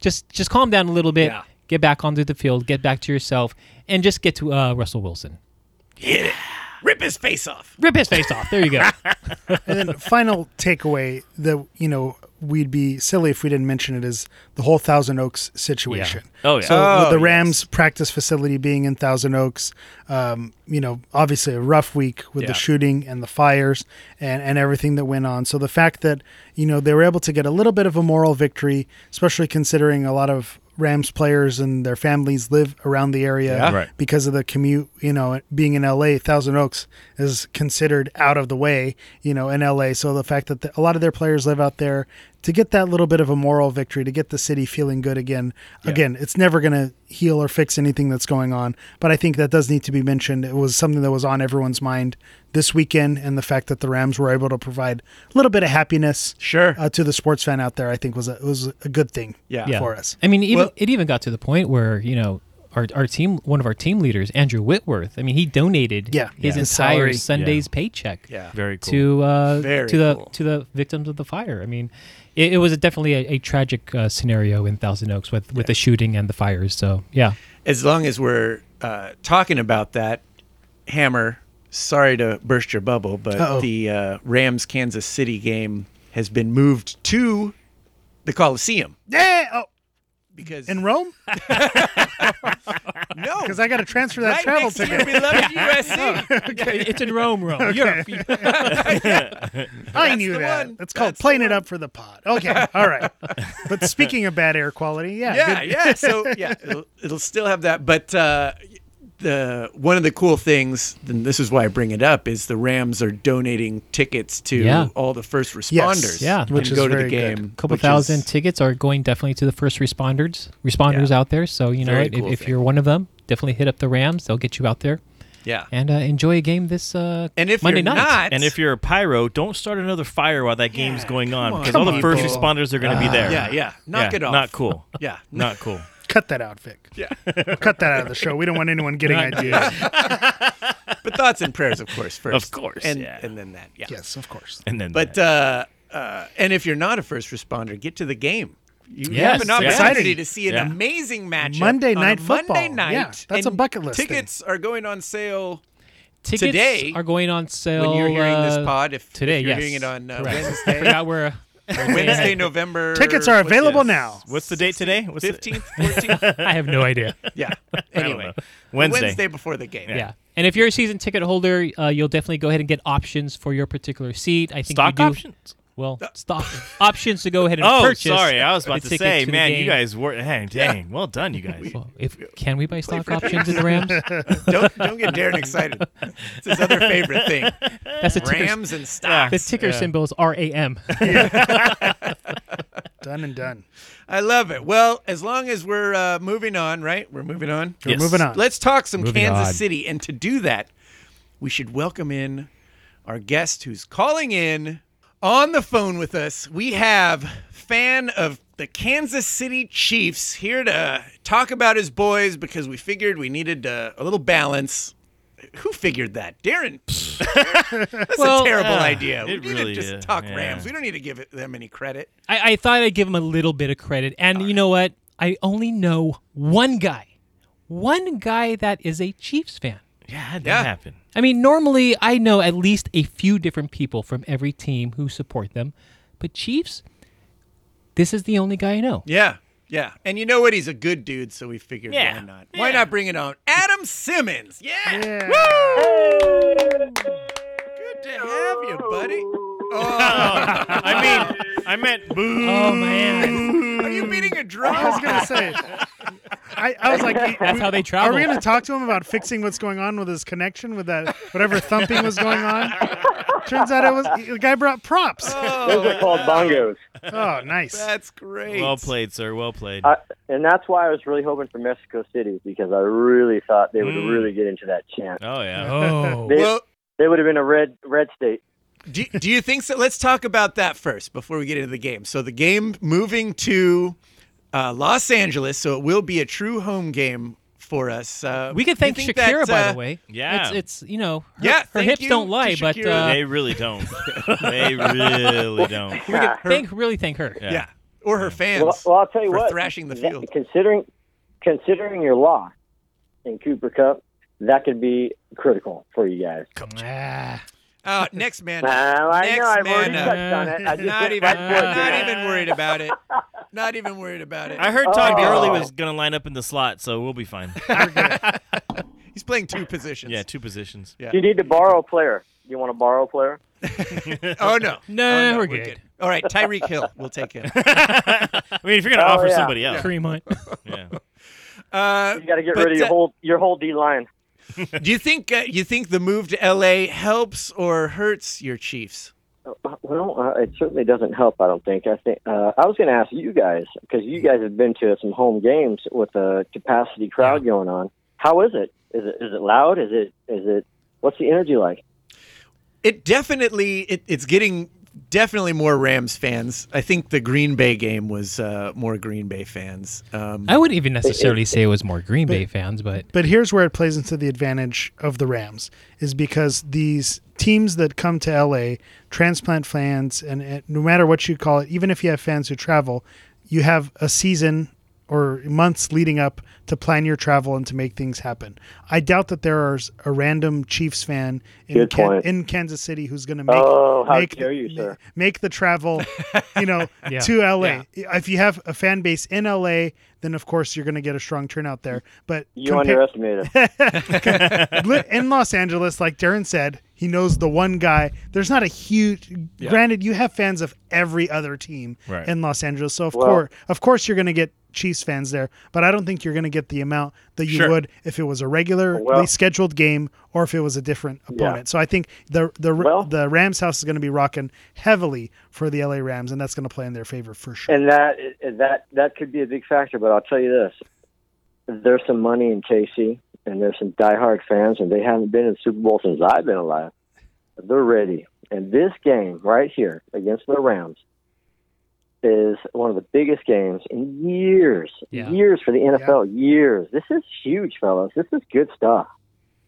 [SPEAKER 7] just just calm down a little bit.
[SPEAKER 4] Yeah.
[SPEAKER 7] Get back onto the field. Get back to yourself, and just get to uh, Russell Wilson.
[SPEAKER 4] Rip his face off.
[SPEAKER 7] Rip his face off. There you go.
[SPEAKER 2] And then final takeaway that you know we'd be silly if we didn't mention it is the whole Thousand Oaks situation.
[SPEAKER 3] Oh, yeah.
[SPEAKER 2] So
[SPEAKER 4] Oh,
[SPEAKER 2] with the
[SPEAKER 4] yes.
[SPEAKER 2] Rams practice facility being in Thousand Oaks, um, you know, obviously a rough week with
[SPEAKER 4] Yeah.
[SPEAKER 2] the shooting and the fires and and everything that went on. So the fact that you know they were able to get a little bit of a moral victory, especially considering a lot of Rams players and their families live around the area
[SPEAKER 4] Yeah.
[SPEAKER 3] Right.
[SPEAKER 2] because of the commute, you know, being in LA, Thousand Oaks is considered out of the way, you know, in LA. So the fact that the, a lot of their players live out there to get that little bit of a moral victory, to get the city feeling good again. Again, it's never going to heal or fix anything that's going on, but I think that does need to be mentioned. It was something that was on everyone's mind this weekend, and the fact that the Rams were able to provide a little bit of happiness
[SPEAKER 4] Sure.
[SPEAKER 2] uh, to the sports fan out there, I think was a, was a good thing
[SPEAKER 4] Yeah.
[SPEAKER 7] Yeah.
[SPEAKER 2] for us.
[SPEAKER 7] I mean, even
[SPEAKER 4] Well-
[SPEAKER 7] it even got to the point where you know our our team, one of our team leaders, Andrew Whitworth. I mean, he donated
[SPEAKER 2] Yeah.
[SPEAKER 7] his
[SPEAKER 2] Yeah. His
[SPEAKER 7] entire
[SPEAKER 2] salary.
[SPEAKER 7] Sunday's paycheck.
[SPEAKER 4] Yeah.
[SPEAKER 3] Very cool.
[SPEAKER 7] To uh,
[SPEAKER 4] Very
[SPEAKER 7] to the
[SPEAKER 4] cool.
[SPEAKER 7] to the victims of the fire. I mean, it, it was definitely a, a tragic uh, scenario in Thousand Oaks with with the shooting and the fires. So yeah,
[SPEAKER 4] As long as we're uh, talking about that, Hammer. Sorry to burst your bubble, but
[SPEAKER 2] Uh-oh.
[SPEAKER 4] the uh, Rams Kansas City game has been moved to the Coliseum
[SPEAKER 2] Yeah. Oh,
[SPEAKER 4] because
[SPEAKER 2] in Rome?
[SPEAKER 4] no,
[SPEAKER 2] Because I got to transfer that
[SPEAKER 4] right
[SPEAKER 2] travel
[SPEAKER 4] next to
[SPEAKER 2] ticket.
[SPEAKER 4] your beloved USC.
[SPEAKER 7] it's in Rome, Rome, Europe.
[SPEAKER 2] I knew
[SPEAKER 4] the
[SPEAKER 2] that.
[SPEAKER 4] one.
[SPEAKER 2] That's called
[SPEAKER 4] That's the
[SPEAKER 2] playing it up for the pot. Okay, all right. But speaking of bad air quality, yeah,
[SPEAKER 4] yeah,
[SPEAKER 2] good-
[SPEAKER 4] yeah. So yeah, it'll, it'll still have that. But uh, the one of the cool things, and this is why I bring it up, is the Rams are donating tickets to
[SPEAKER 7] Yeah.
[SPEAKER 4] all the first responders.
[SPEAKER 7] Yeah.
[SPEAKER 4] can
[SPEAKER 2] Which is
[SPEAKER 4] go to
[SPEAKER 2] very
[SPEAKER 4] the
[SPEAKER 2] good.
[SPEAKER 4] game.
[SPEAKER 7] A couple
[SPEAKER 4] which
[SPEAKER 7] thousand
[SPEAKER 4] is-
[SPEAKER 7] tickets are going definitely to the first responders responders
[SPEAKER 4] Yeah.
[SPEAKER 7] out there. So you know,
[SPEAKER 4] Very
[SPEAKER 7] what,
[SPEAKER 4] cool
[SPEAKER 7] if, if
[SPEAKER 4] thing.
[SPEAKER 7] you're one of them, definitely hit up the Rams. They'll get you out there
[SPEAKER 4] yeah. And,
[SPEAKER 7] and uh, enjoy a game this uh,
[SPEAKER 4] if
[SPEAKER 7] Monday
[SPEAKER 4] you're
[SPEAKER 7] night.
[SPEAKER 4] not,
[SPEAKER 3] And if you're a pyro, don't start another fire while that game's going on
[SPEAKER 4] come
[SPEAKER 3] because
[SPEAKER 4] on.
[SPEAKER 3] all the first
[SPEAKER 4] People. Ah,
[SPEAKER 3] responders are going to be there.
[SPEAKER 4] yeah, yeah, knock
[SPEAKER 3] Yeah,
[SPEAKER 4] it off.
[SPEAKER 3] Not cool.
[SPEAKER 4] Yeah.
[SPEAKER 3] Not cool.
[SPEAKER 2] Cut that out, Vic. Yeah, cut that out of the show. We don't want anyone getting ideas.
[SPEAKER 4] But thoughts and prayers, of course, first.
[SPEAKER 3] Of course,
[SPEAKER 4] And
[SPEAKER 3] yeah.
[SPEAKER 4] and then that. Yeah.
[SPEAKER 2] Yes, of course.
[SPEAKER 3] And then
[SPEAKER 4] But
[SPEAKER 3] that.
[SPEAKER 4] uh, uh, and if you're not a first responder, get to the game. You
[SPEAKER 7] Yes,
[SPEAKER 4] have an
[SPEAKER 7] yes.
[SPEAKER 4] opportunity
[SPEAKER 2] Exciting.
[SPEAKER 4] to see an
[SPEAKER 3] Yeah.
[SPEAKER 4] amazing match
[SPEAKER 2] Monday night
[SPEAKER 4] Monday
[SPEAKER 2] football.
[SPEAKER 4] night.
[SPEAKER 2] Yeah, that's a
[SPEAKER 4] and
[SPEAKER 2] bucket list thing.
[SPEAKER 4] Tickets are going on sale
[SPEAKER 7] tickets
[SPEAKER 4] today,
[SPEAKER 7] are going on sale
[SPEAKER 4] when you're hearing
[SPEAKER 7] uh,
[SPEAKER 4] this pod. If,
[SPEAKER 7] today,
[SPEAKER 4] if you're
[SPEAKER 7] yes.
[SPEAKER 4] hearing it on uh,
[SPEAKER 7] Correct.
[SPEAKER 4] Wednesday,
[SPEAKER 7] Forgot where uh,
[SPEAKER 4] Wednesday, November.
[SPEAKER 2] Tickets are
[SPEAKER 4] what's
[SPEAKER 2] available
[SPEAKER 4] this?
[SPEAKER 2] now.
[SPEAKER 3] What's the date today? What's the-
[SPEAKER 4] 15th, 14th?
[SPEAKER 7] I have no idea.
[SPEAKER 4] yeah.
[SPEAKER 3] I don't
[SPEAKER 4] Anyway,
[SPEAKER 3] know. Wednesday.
[SPEAKER 4] Wednesday before the game.
[SPEAKER 7] Yeah. And if you're a season ticket holder, uh, you'll definitely go ahead and get options for your particular seat. I think
[SPEAKER 3] Stock
[SPEAKER 7] you do,
[SPEAKER 3] options.
[SPEAKER 7] Well,
[SPEAKER 4] Uh,
[SPEAKER 7] stock options to go ahead and
[SPEAKER 3] Oh,
[SPEAKER 7] purchase.
[SPEAKER 3] sorry. I was
[SPEAKER 7] the
[SPEAKER 3] about to
[SPEAKER 7] ticket
[SPEAKER 3] say,
[SPEAKER 7] the
[SPEAKER 3] man,
[SPEAKER 7] game.
[SPEAKER 3] you guys were. Hey, dang. Well done, you guys.
[SPEAKER 7] Well, if can we buy stock options in the Rams?
[SPEAKER 4] Don't, don't get Darren excited. It's his other favorite thing
[SPEAKER 7] That's the ticker.
[SPEAKER 4] Rams and stocks.
[SPEAKER 7] The ticker symbol is R A M.
[SPEAKER 2] Done and done.
[SPEAKER 4] I love it. Well, as long as we're uh, moving on, right? We're moving on.
[SPEAKER 2] We're moving on.
[SPEAKER 4] Let's talk some
[SPEAKER 7] Moving
[SPEAKER 4] Kansas
[SPEAKER 7] on.
[SPEAKER 4] City. And to do that, we should welcome in our guest who's calling in on the phone with us. We have fan of the Kansas City Chiefs here to talk about his boys because we figured we needed uh, a little balance. Who figured that? Darren. That's
[SPEAKER 7] Well,
[SPEAKER 4] a terrible
[SPEAKER 3] uh,
[SPEAKER 4] idea. We
[SPEAKER 3] it
[SPEAKER 4] need
[SPEAKER 3] really
[SPEAKER 4] to just
[SPEAKER 3] is,
[SPEAKER 4] talk
[SPEAKER 3] yeah.
[SPEAKER 4] Rams. We don't need to give it- them any credit.
[SPEAKER 7] I, I thought I'd give him a little bit of credit. And you know what? I only know one guy. One guy that is a Chiefs fan.
[SPEAKER 3] Yeah, how'd
[SPEAKER 4] Yeah.
[SPEAKER 3] that happen?
[SPEAKER 7] I mean, normally I know at least a few different people from every team who support them, but Chiefs, this is the only guy I know.
[SPEAKER 4] Yeah, yeah. And you know what? He's a good dude, so we figured
[SPEAKER 3] Yeah,
[SPEAKER 4] why not? Why
[SPEAKER 3] yeah.
[SPEAKER 4] not bring it on? Adam Simmons. Yeah.
[SPEAKER 2] Yeah.
[SPEAKER 4] Good to have you, buddy.
[SPEAKER 8] Ah.
[SPEAKER 3] I mean, I meant boo.
[SPEAKER 7] Oh man,
[SPEAKER 4] Are you beating a
[SPEAKER 2] I was
[SPEAKER 4] drum?
[SPEAKER 2] gonna say. I, I was like,
[SPEAKER 7] that's how they travel.
[SPEAKER 2] Are we going to talk to him about fixing what's going on with his connection with that whatever thumping was going on? Turns out it was the guy brought props.
[SPEAKER 8] Those are called bongos.
[SPEAKER 2] Oh, nice.
[SPEAKER 4] That's great.
[SPEAKER 3] Well played, sir. Well played.
[SPEAKER 8] I, and that's why I was really hoping for Mexico City because I really thought they would
[SPEAKER 3] Mm.
[SPEAKER 8] really get into that chant.
[SPEAKER 3] oh yeah.
[SPEAKER 7] oh,
[SPEAKER 8] They,
[SPEAKER 4] Well,
[SPEAKER 8] they would have been a red red state.
[SPEAKER 4] do, do you think so? Let's talk about that first before we get into the game. So the game moving to uh, Los Angeles, so it will be a true home game for us. Uh,
[SPEAKER 7] we could
[SPEAKER 4] you
[SPEAKER 7] thank
[SPEAKER 4] think
[SPEAKER 7] Shakira
[SPEAKER 4] that,
[SPEAKER 7] by
[SPEAKER 4] uh,
[SPEAKER 7] the way.
[SPEAKER 3] yeah.
[SPEAKER 7] it's, it's you know, her,
[SPEAKER 4] Yeah,
[SPEAKER 7] her
[SPEAKER 4] thank
[SPEAKER 7] hips
[SPEAKER 4] you
[SPEAKER 7] don't
[SPEAKER 4] to
[SPEAKER 7] lie, but
[SPEAKER 4] Shakira.
[SPEAKER 7] uh,
[SPEAKER 3] they really don't. they really don't.
[SPEAKER 7] we could thank really thank her.
[SPEAKER 4] Yeah. Or her fans.
[SPEAKER 8] Well, well, I'll tell you
[SPEAKER 4] for
[SPEAKER 8] what.
[SPEAKER 4] thrashing the
[SPEAKER 8] that-
[SPEAKER 4] field.
[SPEAKER 8] considering considering your loss in Cooper Cup, that could be critical for you guys.
[SPEAKER 7] Ah,
[SPEAKER 4] Uh, next man.
[SPEAKER 8] Oh, I
[SPEAKER 4] next
[SPEAKER 8] know I've already
[SPEAKER 4] man. up.
[SPEAKER 8] touched on it. I just
[SPEAKER 4] Not
[SPEAKER 8] went
[SPEAKER 4] even,
[SPEAKER 8] right towards
[SPEAKER 7] uh,
[SPEAKER 8] you.
[SPEAKER 4] not even worried about it. Not even worried about it.
[SPEAKER 3] I heard Todd
[SPEAKER 8] Oh.
[SPEAKER 3] Gurley was gonna line up in the slot, so we'll be fine.
[SPEAKER 4] He's playing two positions.
[SPEAKER 3] yeah, two positions.
[SPEAKER 4] Yeah.
[SPEAKER 8] You need to borrow a player. You want to borrow a player?
[SPEAKER 4] Oh no.
[SPEAKER 7] No,
[SPEAKER 4] Oh,
[SPEAKER 7] no, we're good.
[SPEAKER 4] All right, Tyreek Hill. We'll take him.
[SPEAKER 3] I mean, if you're gonna
[SPEAKER 8] Oh,
[SPEAKER 3] offer
[SPEAKER 8] yeah.
[SPEAKER 3] somebody else,
[SPEAKER 7] Kareem Hunt.
[SPEAKER 3] yeah.
[SPEAKER 4] Uh,
[SPEAKER 8] You got to get
[SPEAKER 4] But,
[SPEAKER 8] rid of your
[SPEAKER 4] uh,
[SPEAKER 8] whole your whole D line.
[SPEAKER 4] do you think uh, you think the move to LA helps or hurts your Chiefs?
[SPEAKER 8] Well, uh, it certainly doesn't help. I don't think. I think uh, I was going to ask you guys because you guys have been to some home games with a capacity crowd going on. How is it? Is it is it loud? Is it is it what's the energy like?
[SPEAKER 4] It definitely it, it's getting definitely more Rams fans. I think the Green Bay game was uh, more Green Bay fans. Um,
[SPEAKER 7] I wouldn't even necessarily say it was more Green Bay fans, but
[SPEAKER 2] But here's where it plays into the advantage of the Rams is because these teams that come to LA, transplant fans, and, and no matter what you call it, even if you have fans who travel, you have a season or months leading up to plan your travel and to make things happen. I doubt that there is a random Chiefs fan in,
[SPEAKER 8] Good
[SPEAKER 2] Kan-
[SPEAKER 8] point.
[SPEAKER 2] in Kansas City who's going to make
[SPEAKER 8] Oh, how
[SPEAKER 2] make,
[SPEAKER 8] dare you, sir.
[SPEAKER 2] make the travel, you know, to LA. If you have a fan base in LA, then of course you're going to get a strong turnout there. But
[SPEAKER 8] You
[SPEAKER 2] compa-
[SPEAKER 8] underestimated. it.
[SPEAKER 2] li- in Los Angeles, like Darren said, he knows the one guy. There's not a huge. Granted, you have fans of every other team
[SPEAKER 3] Right.
[SPEAKER 2] in Los Angeles, so of
[SPEAKER 8] Well-
[SPEAKER 2] course, of course, you're going to get Chiefs fans there. But I don't think you're going to get the amount that you would if it was a regularly
[SPEAKER 8] Well-
[SPEAKER 2] scheduled game or if it was a different opponent. So I think the the
[SPEAKER 8] Well-
[SPEAKER 2] the Rams house is going to be rocking heavily for the LA Rams, and that's going to play in their favor for sure.
[SPEAKER 8] and that that that could be a big factor. But I'll tell you this: there's some money in KC, and there's some diehard fans, and they haven't been in the Super Bowl since I've been alive. They're ready, and this game right here against the Rams is one of the biggest games in years,
[SPEAKER 7] Yeah.
[SPEAKER 8] years for the NFL. Years. This is huge, fellas. This is good stuff.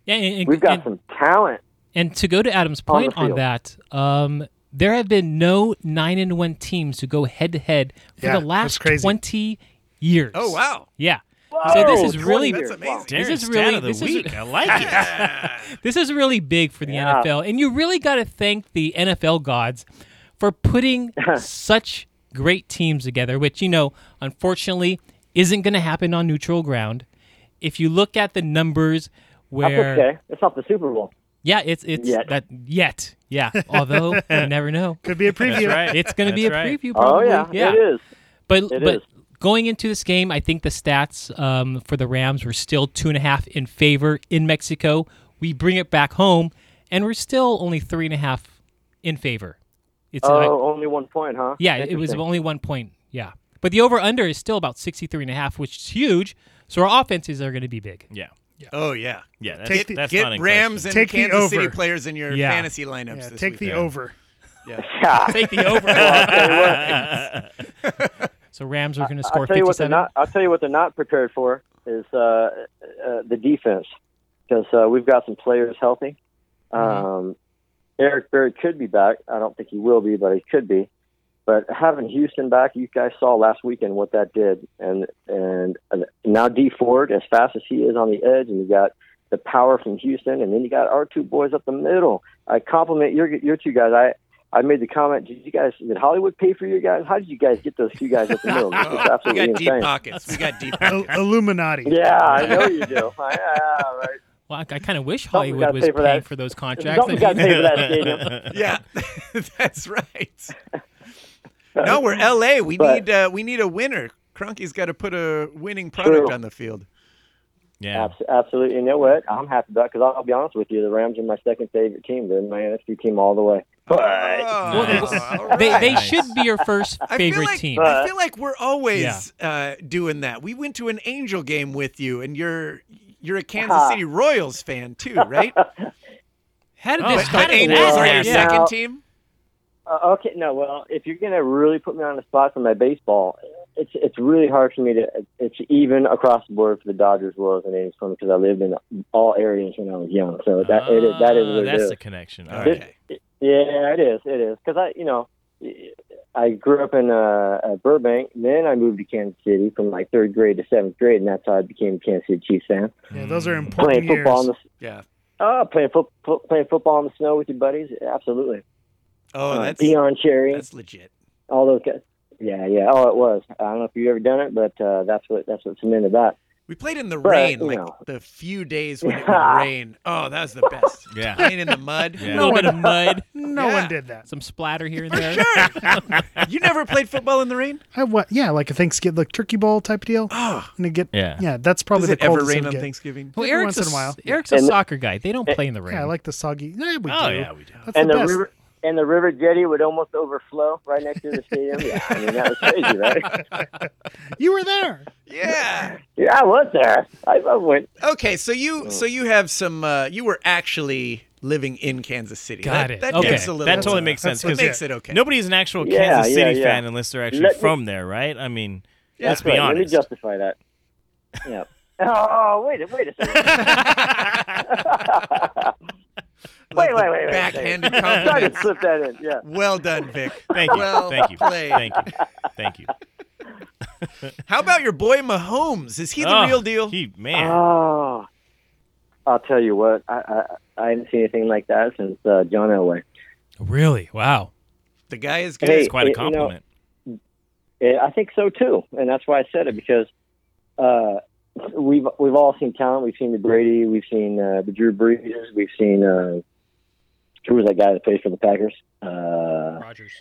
[SPEAKER 7] yeah, and, and-
[SPEAKER 8] We've
[SPEAKER 7] and-
[SPEAKER 8] got some talent.
[SPEAKER 7] And to go to Adam's
[SPEAKER 8] On the
[SPEAKER 7] point on,
[SPEAKER 8] field.
[SPEAKER 7] that, um, there have been no nine and one teams who go head to head for
[SPEAKER 2] Yeah,
[SPEAKER 7] the
[SPEAKER 2] that's
[SPEAKER 7] last
[SPEAKER 2] crazy.
[SPEAKER 7] twenty years.
[SPEAKER 4] oh wow.
[SPEAKER 7] Yeah. so this is
[SPEAKER 8] Whoa,
[SPEAKER 7] really
[SPEAKER 8] 20
[SPEAKER 4] That's
[SPEAKER 8] Wow.
[SPEAKER 4] amazing.
[SPEAKER 3] Darren's
[SPEAKER 7] is
[SPEAKER 3] stat
[SPEAKER 7] really-
[SPEAKER 3] of the
[SPEAKER 7] this is-
[SPEAKER 3] week. I like it.
[SPEAKER 7] this is really big for the
[SPEAKER 8] Yeah.
[SPEAKER 7] NFL, and you really got to thank the NFL gods for putting such great teams together, which, you know, unfortunately isn't going to happen on neutral ground. If you look at the numbers
[SPEAKER 8] That's
[SPEAKER 7] where.
[SPEAKER 8] okay. It's not the Super Bowl.
[SPEAKER 7] Yeah, it's it's
[SPEAKER 8] Yet.
[SPEAKER 7] that yet. Yeah. Although you never know.
[SPEAKER 2] Could be a preview.
[SPEAKER 3] right.
[SPEAKER 7] It's going to be a
[SPEAKER 3] That's right.
[SPEAKER 7] preview
[SPEAKER 8] Oh
[SPEAKER 7] probably.
[SPEAKER 8] yeah, it is.
[SPEAKER 7] But
[SPEAKER 8] It
[SPEAKER 7] but
[SPEAKER 8] is.
[SPEAKER 7] going into this game, I think the stats um, for the Rams were still two and a half in favor in Mexico. We bring it back home, and we're still only three and a half in favor. It's
[SPEAKER 8] Oh,
[SPEAKER 7] uh,
[SPEAKER 8] only one point, huh?
[SPEAKER 7] yeah, it was
[SPEAKER 8] Interesting.
[SPEAKER 7] only one point. Yeah, but the over under is still about 63 and a half, which is huge. So our offenses are going to be big.
[SPEAKER 3] Yeah.
[SPEAKER 4] Oh yeah,
[SPEAKER 3] Yeah. That's,
[SPEAKER 2] Take the-
[SPEAKER 3] that's not
[SPEAKER 4] Get
[SPEAKER 3] in
[SPEAKER 4] Rams
[SPEAKER 3] question.
[SPEAKER 4] and
[SPEAKER 2] Take the
[SPEAKER 4] Kansas City
[SPEAKER 2] over.
[SPEAKER 4] players in your
[SPEAKER 7] Yeah.
[SPEAKER 4] fantasy lineups.
[SPEAKER 2] Yeah,
[SPEAKER 4] this
[SPEAKER 2] take
[SPEAKER 4] week.
[SPEAKER 2] the over.
[SPEAKER 8] Yeah.
[SPEAKER 7] Take the over. so Rams are going to score
[SPEAKER 8] I'll tell you what they're
[SPEAKER 7] 57.
[SPEAKER 8] not. I'll tell you what they're not prepared for is uh, uh, the defense because uh, we've got some players healthy.
[SPEAKER 7] Mm-hmm.
[SPEAKER 8] Um, Eric Berry could be back. I don't think he will be, but he could be. But having Houston back, you guys saw last weekend what that did, and and uh, now D Ford, as fast as he is on the edge, and you got the power from Houston, and then you got our two boys up the middle. I compliment your your two guys. I I made the comment. Did you guys? Did Hollywood pay for you guys? How did you guys get those two guys up the middle? This is
[SPEAKER 4] Oh, we
[SPEAKER 8] absolutely
[SPEAKER 4] got deep
[SPEAKER 8] insane.
[SPEAKER 4] pockets. We got deep
[SPEAKER 2] Il-
[SPEAKER 4] pockets.
[SPEAKER 2] Illuminati.
[SPEAKER 8] Yeah, I know you do. I, yeah, right.
[SPEAKER 7] Well, I, I kind of wish
[SPEAKER 8] Something's
[SPEAKER 7] Hollywood
[SPEAKER 8] gotta
[SPEAKER 7] was
[SPEAKER 8] pay for
[SPEAKER 7] paying
[SPEAKER 8] that.
[SPEAKER 7] for those contracts. I
[SPEAKER 8] Something's got to
[SPEAKER 7] mean,
[SPEAKER 8] pay for that stadium.
[SPEAKER 4] yeah, that's right. No, we're LA. We
[SPEAKER 8] But-
[SPEAKER 4] need uh, we need a winner. Crunky's got to put a winning product
[SPEAKER 8] True.
[SPEAKER 4] on the field.
[SPEAKER 3] Yeah.
[SPEAKER 8] Abs- Absolutely. You know what? I'm happy about because I'll be honest with you. The Rams are my second favorite team. They're my NFC team all the way. But
[SPEAKER 4] Oh,
[SPEAKER 7] Nice.
[SPEAKER 4] all
[SPEAKER 7] they,
[SPEAKER 4] right.
[SPEAKER 7] they should be your first
[SPEAKER 4] I feel
[SPEAKER 7] favorite
[SPEAKER 4] like-
[SPEAKER 7] team.
[SPEAKER 4] I feel like we're always uh, doing that. We went to an Angel game with you, and you're you're a Kansas
[SPEAKER 8] Ha.
[SPEAKER 4] City Royals fan too, right?
[SPEAKER 7] How did
[SPEAKER 3] Oh,
[SPEAKER 7] this
[SPEAKER 4] but,
[SPEAKER 7] start?
[SPEAKER 4] but
[SPEAKER 3] did
[SPEAKER 4] Angels
[SPEAKER 3] that
[SPEAKER 4] are your
[SPEAKER 3] happen?
[SPEAKER 4] second
[SPEAKER 8] Now-
[SPEAKER 4] team.
[SPEAKER 8] uh, okay, no. Well, if you're gonna really put me on the spot for my baseball, it's it's really hard for me to. It's even across the board for the Dodgers, Royals, and A's for me because I lived in all areas when I was young. So that it is, that is
[SPEAKER 3] Ah,
[SPEAKER 8] what it
[SPEAKER 3] that's
[SPEAKER 8] is.
[SPEAKER 3] the connection. All
[SPEAKER 4] Okay.
[SPEAKER 3] right.
[SPEAKER 8] Yeah, it is. It is because I, you know, I grew up in uh, uh, Burbank. Then I moved to Kansas City from like third grade to seventh grade, and that's how I became a Kansas City Chiefs fan.
[SPEAKER 2] Yeah, those are important
[SPEAKER 8] Playing
[SPEAKER 2] years.
[SPEAKER 8] football, in the,
[SPEAKER 4] Yeah.
[SPEAKER 8] oh, playing fo- fo- playing football in the snow with your buddies, absolutely.
[SPEAKER 4] Oh,
[SPEAKER 8] Uh,
[SPEAKER 4] that's
[SPEAKER 8] Dion Cherry,
[SPEAKER 4] that's legit.
[SPEAKER 8] all those guys. Yeah, yeah. Oh, it was. I don't know if you've ever done it, but uh, that's what that's what cemented that.
[SPEAKER 4] We played in the
[SPEAKER 8] But,
[SPEAKER 4] rain,
[SPEAKER 8] you
[SPEAKER 4] like
[SPEAKER 8] know.
[SPEAKER 4] the few days when it
[SPEAKER 8] Yeah.
[SPEAKER 4] would rain. Oh, that was the best.
[SPEAKER 3] Yeah.
[SPEAKER 4] Playing in the mud.
[SPEAKER 7] A
[SPEAKER 3] Yeah.
[SPEAKER 7] little bit of mud,
[SPEAKER 2] No
[SPEAKER 4] Yeah.
[SPEAKER 2] one did that.
[SPEAKER 7] some splatter here and there.
[SPEAKER 4] You never played football in the rain?
[SPEAKER 2] I what? Yeah, like a Thanksgiving, like turkey bowl type deal.
[SPEAKER 4] Oh.
[SPEAKER 2] And it get
[SPEAKER 3] Yeah.
[SPEAKER 2] yeah. That's probably
[SPEAKER 4] Does
[SPEAKER 2] the
[SPEAKER 4] it ever
[SPEAKER 2] coldest
[SPEAKER 4] rain
[SPEAKER 2] it'll
[SPEAKER 4] on
[SPEAKER 2] get.
[SPEAKER 4] Thanksgiving?
[SPEAKER 7] Well,
[SPEAKER 2] Every
[SPEAKER 7] Eric's
[SPEAKER 2] once in a while.
[SPEAKER 7] Eric's a
[SPEAKER 8] And- Eh,
[SPEAKER 7] soccer guy. They don't play in the rain.
[SPEAKER 2] Yeah, I like the soggy. Yeah, we
[SPEAKER 3] Oh,
[SPEAKER 2] do.
[SPEAKER 3] yeah, we do.
[SPEAKER 2] That's
[SPEAKER 8] and
[SPEAKER 2] the,
[SPEAKER 8] the,
[SPEAKER 2] best.
[SPEAKER 8] river and the river jetty would almost overflow right next to the stadium. Yeah, I mean that was crazy, right?
[SPEAKER 2] You were there.
[SPEAKER 4] Yeah.
[SPEAKER 8] Yeah, I was there. I, I went.
[SPEAKER 4] Okay, so you so you have some uh you were actually living in Kansas City.
[SPEAKER 7] Got
[SPEAKER 4] that,
[SPEAKER 7] it.
[SPEAKER 4] That
[SPEAKER 7] Okay.
[SPEAKER 4] gives a little
[SPEAKER 3] That totally
[SPEAKER 4] uh,
[SPEAKER 3] makes sense
[SPEAKER 2] that's what
[SPEAKER 4] That
[SPEAKER 3] because
[SPEAKER 4] makes it okay.
[SPEAKER 3] nobody's an actual
[SPEAKER 8] Yeah,
[SPEAKER 3] Kansas
[SPEAKER 8] yeah,
[SPEAKER 3] City
[SPEAKER 8] yeah.
[SPEAKER 3] fan unless they're actually
[SPEAKER 8] Let me-
[SPEAKER 3] from there, right? I mean, let's
[SPEAKER 8] That's
[SPEAKER 3] be
[SPEAKER 8] right. Let me
[SPEAKER 3] honest.
[SPEAKER 8] justify that. Yeah. Oh, wait, a wait a second. wait, wait, wait, wait.
[SPEAKER 4] Backhanded
[SPEAKER 8] I'm trying
[SPEAKER 4] compliment.
[SPEAKER 8] to slip that in. Yeah.
[SPEAKER 4] Well done, Vic.
[SPEAKER 3] Thank you.
[SPEAKER 4] Well
[SPEAKER 3] thank you.
[SPEAKER 4] played.
[SPEAKER 3] Thank you. Thank you.
[SPEAKER 4] How about your boy Mahomes? Is he the
[SPEAKER 3] Oh,
[SPEAKER 4] real deal?
[SPEAKER 3] He, man.
[SPEAKER 8] Oh, I'll tell you what. I I, I haven't seen anything like that since uh, John Elway.
[SPEAKER 7] Really? Wow.
[SPEAKER 4] the guy is good.
[SPEAKER 8] Hey,
[SPEAKER 3] it's quite a
[SPEAKER 8] you know,
[SPEAKER 3] compliment.
[SPEAKER 8] Yeah, Eh, I think so too, and that's why I said it because uh, we've we've all seen talent. We've seen the Brady. We've seen uh, the Drew Brees. We've seen uh, who was that guy that plays for the Packers? Uh,
[SPEAKER 7] Rogers.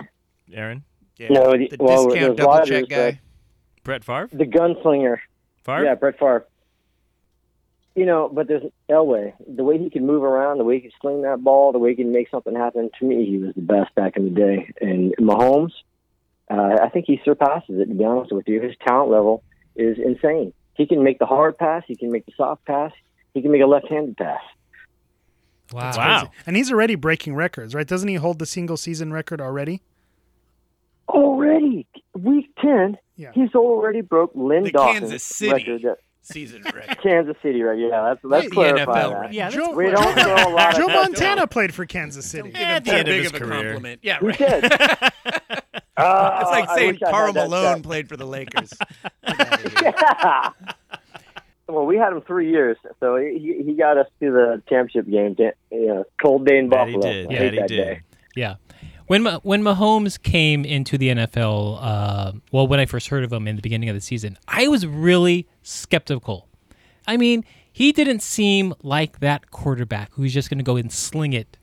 [SPEAKER 3] Aaron?
[SPEAKER 4] Yeah,
[SPEAKER 8] no,
[SPEAKER 4] the
[SPEAKER 8] the- well,
[SPEAKER 4] discount
[SPEAKER 8] there's
[SPEAKER 4] double
[SPEAKER 8] Rodgers,
[SPEAKER 4] check guy.
[SPEAKER 3] Brett Favre?
[SPEAKER 8] the gunslinger.
[SPEAKER 3] Favre?
[SPEAKER 8] Yeah, Brett Favre. You know, but there's Elway. The way he can move around, the way he can sling that ball, the way he can make something happen. To me, he was the best back in the day. And Mahomes, uh, I think he surpasses it. To be honest with you, his talent level is insane. He can make the hard pass. He can make the soft pass. He can make a left-handed pass.
[SPEAKER 7] Wow.
[SPEAKER 3] Wow.
[SPEAKER 2] And he's already breaking records, right? Doesn't he hold the single season record already?
[SPEAKER 8] Already, week ten,
[SPEAKER 2] Yeah.
[SPEAKER 8] he's already broke Lynn
[SPEAKER 4] The
[SPEAKER 8] Dawson's
[SPEAKER 4] Kansas City.
[SPEAKER 8] record. That,
[SPEAKER 4] Season record.
[SPEAKER 8] Kansas City, right? Yeah, let's let's
[SPEAKER 4] The
[SPEAKER 8] clarify
[SPEAKER 4] NFL
[SPEAKER 8] that.
[SPEAKER 4] record.
[SPEAKER 7] Yeah, that's
[SPEAKER 2] Joe,
[SPEAKER 8] We don't throw a lot
[SPEAKER 2] Joe
[SPEAKER 8] of
[SPEAKER 2] Montana played for Kansas City.
[SPEAKER 3] Yeah, at the
[SPEAKER 4] Too
[SPEAKER 3] end of
[SPEAKER 4] big
[SPEAKER 3] his
[SPEAKER 4] of a
[SPEAKER 3] career.
[SPEAKER 4] compliment. Yeah,
[SPEAKER 8] He
[SPEAKER 4] right.
[SPEAKER 8] did. Uh,
[SPEAKER 4] It's like
[SPEAKER 8] I
[SPEAKER 4] saying
[SPEAKER 8] wish I had
[SPEAKER 4] Carl
[SPEAKER 8] that
[SPEAKER 4] Malone
[SPEAKER 8] stat.
[SPEAKER 4] played for the Lakers. Get outta here.
[SPEAKER 8] well, we had him three years, so he, he got us to the championship game. da- You know, cold day in
[SPEAKER 3] That he
[SPEAKER 8] Buffalo.
[SPEAKER 3] did. Oh,
[SPEAKER 8] I
[SPEAKER 3] Yeah,
[SPEAKER 8] hate
[SPEAKER 3] he
[SPEAKER 8] that
[SPEAKER 3] did.
[SPEAKER 8] day.
[SPEAKER 7] Yeah. When Ma- when Mahomes came into the NFL, uh, well, when I first heard of him in the beginning of the season, I was really skeptical. I mean, he didn't seem like that quarterback who's just going to go and sling it.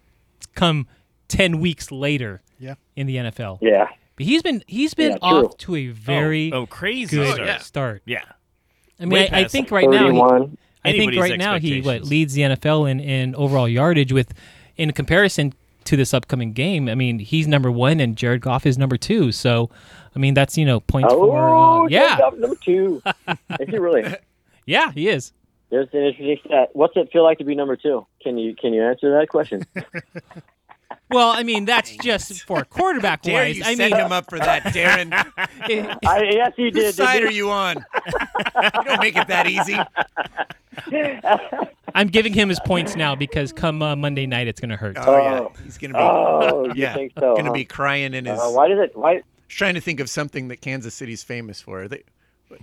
[SPEAKER 7] Come ten weeks later,
[SPEAKER 2] Yeah.
[SPEAKER 7] in the NFL,
[SPEAKER 8] Yeah.
[SPEAKER 7] but he's been he's been
[SPEAKER 8] Yeah, true.
[SPEAKER 7] off to a very
[SPEAKER 3] oh, crazy
[SPEAKER 7] good
[SPEAKER 3] start.
[SPEAKER 7] start.
[SPEAKER 3] yeah.
[SPEAKER 7] I
[SPEAKER 3] Way
[SPEAKER 7] mean, I, I
[SPEAKER 3] past
[SPEAKER 7] think
[SPEAKER 3] it.
[SPEAKER 7] right now, he-
[SPEAKER 8] 31.
[SPEAKER 7] I think
[SPEAKER 3] anybody's
[SPEAKER 7] right now he what
[SPEAKER 3] expectations.
[SPEAKER 7] leads the NFL in, in overall yardage with in comparison to this upcoming game. I mean, he's number one and Jared Goff is number two. So, I mean, that's you know points for
[SPEAKER 8] oh,
[SPEAKER 7] uh, yeah,
[SPEAKER 8] Number, number two. Is he really?
[SPEAKER 7] yeah, he is.
[SPEAKER 8] There's an interesting stat. What's it feel like to be number two? Can you can you answer that question?
[SPEAKER 7] Well, I mean, that's just for quarterback
[SPEAKER 4] Dare
[SPEAKER 7] wise.
[SPEAKER 4] you
[SPEAKER 7] I
[SPEAKER 4] set
[SPEAKER 7] mean,
[SPEAKER 4] him up for that, Darren?
[SPEAKER 7] it-
[SPEAKER 8] I, yes, he
[SPEAKER 4] Whose
[SPEAKER 8] did.
[SPEAKER 4] side are you on? you don't make it that easy.
[SPEAKER 7] I'm giving him his points now because come uh, Monday night, it's going to hurt.
[SPEAKER 4] Oh, yeah, he's gonna be
[SPEAKER 8] Oh, you
[SPEAKER 4] yeah,
[SPEAKER 8] think so?
[SPEAKER 4] gonna
[SPEAKER 8] huh?
[SPEAKER 4] be crying in his.
[SPEAKER 8] Uh, why does it? Why?
[SPEAKER 4] trying to think of something that Kansas City's famous for. Are they, are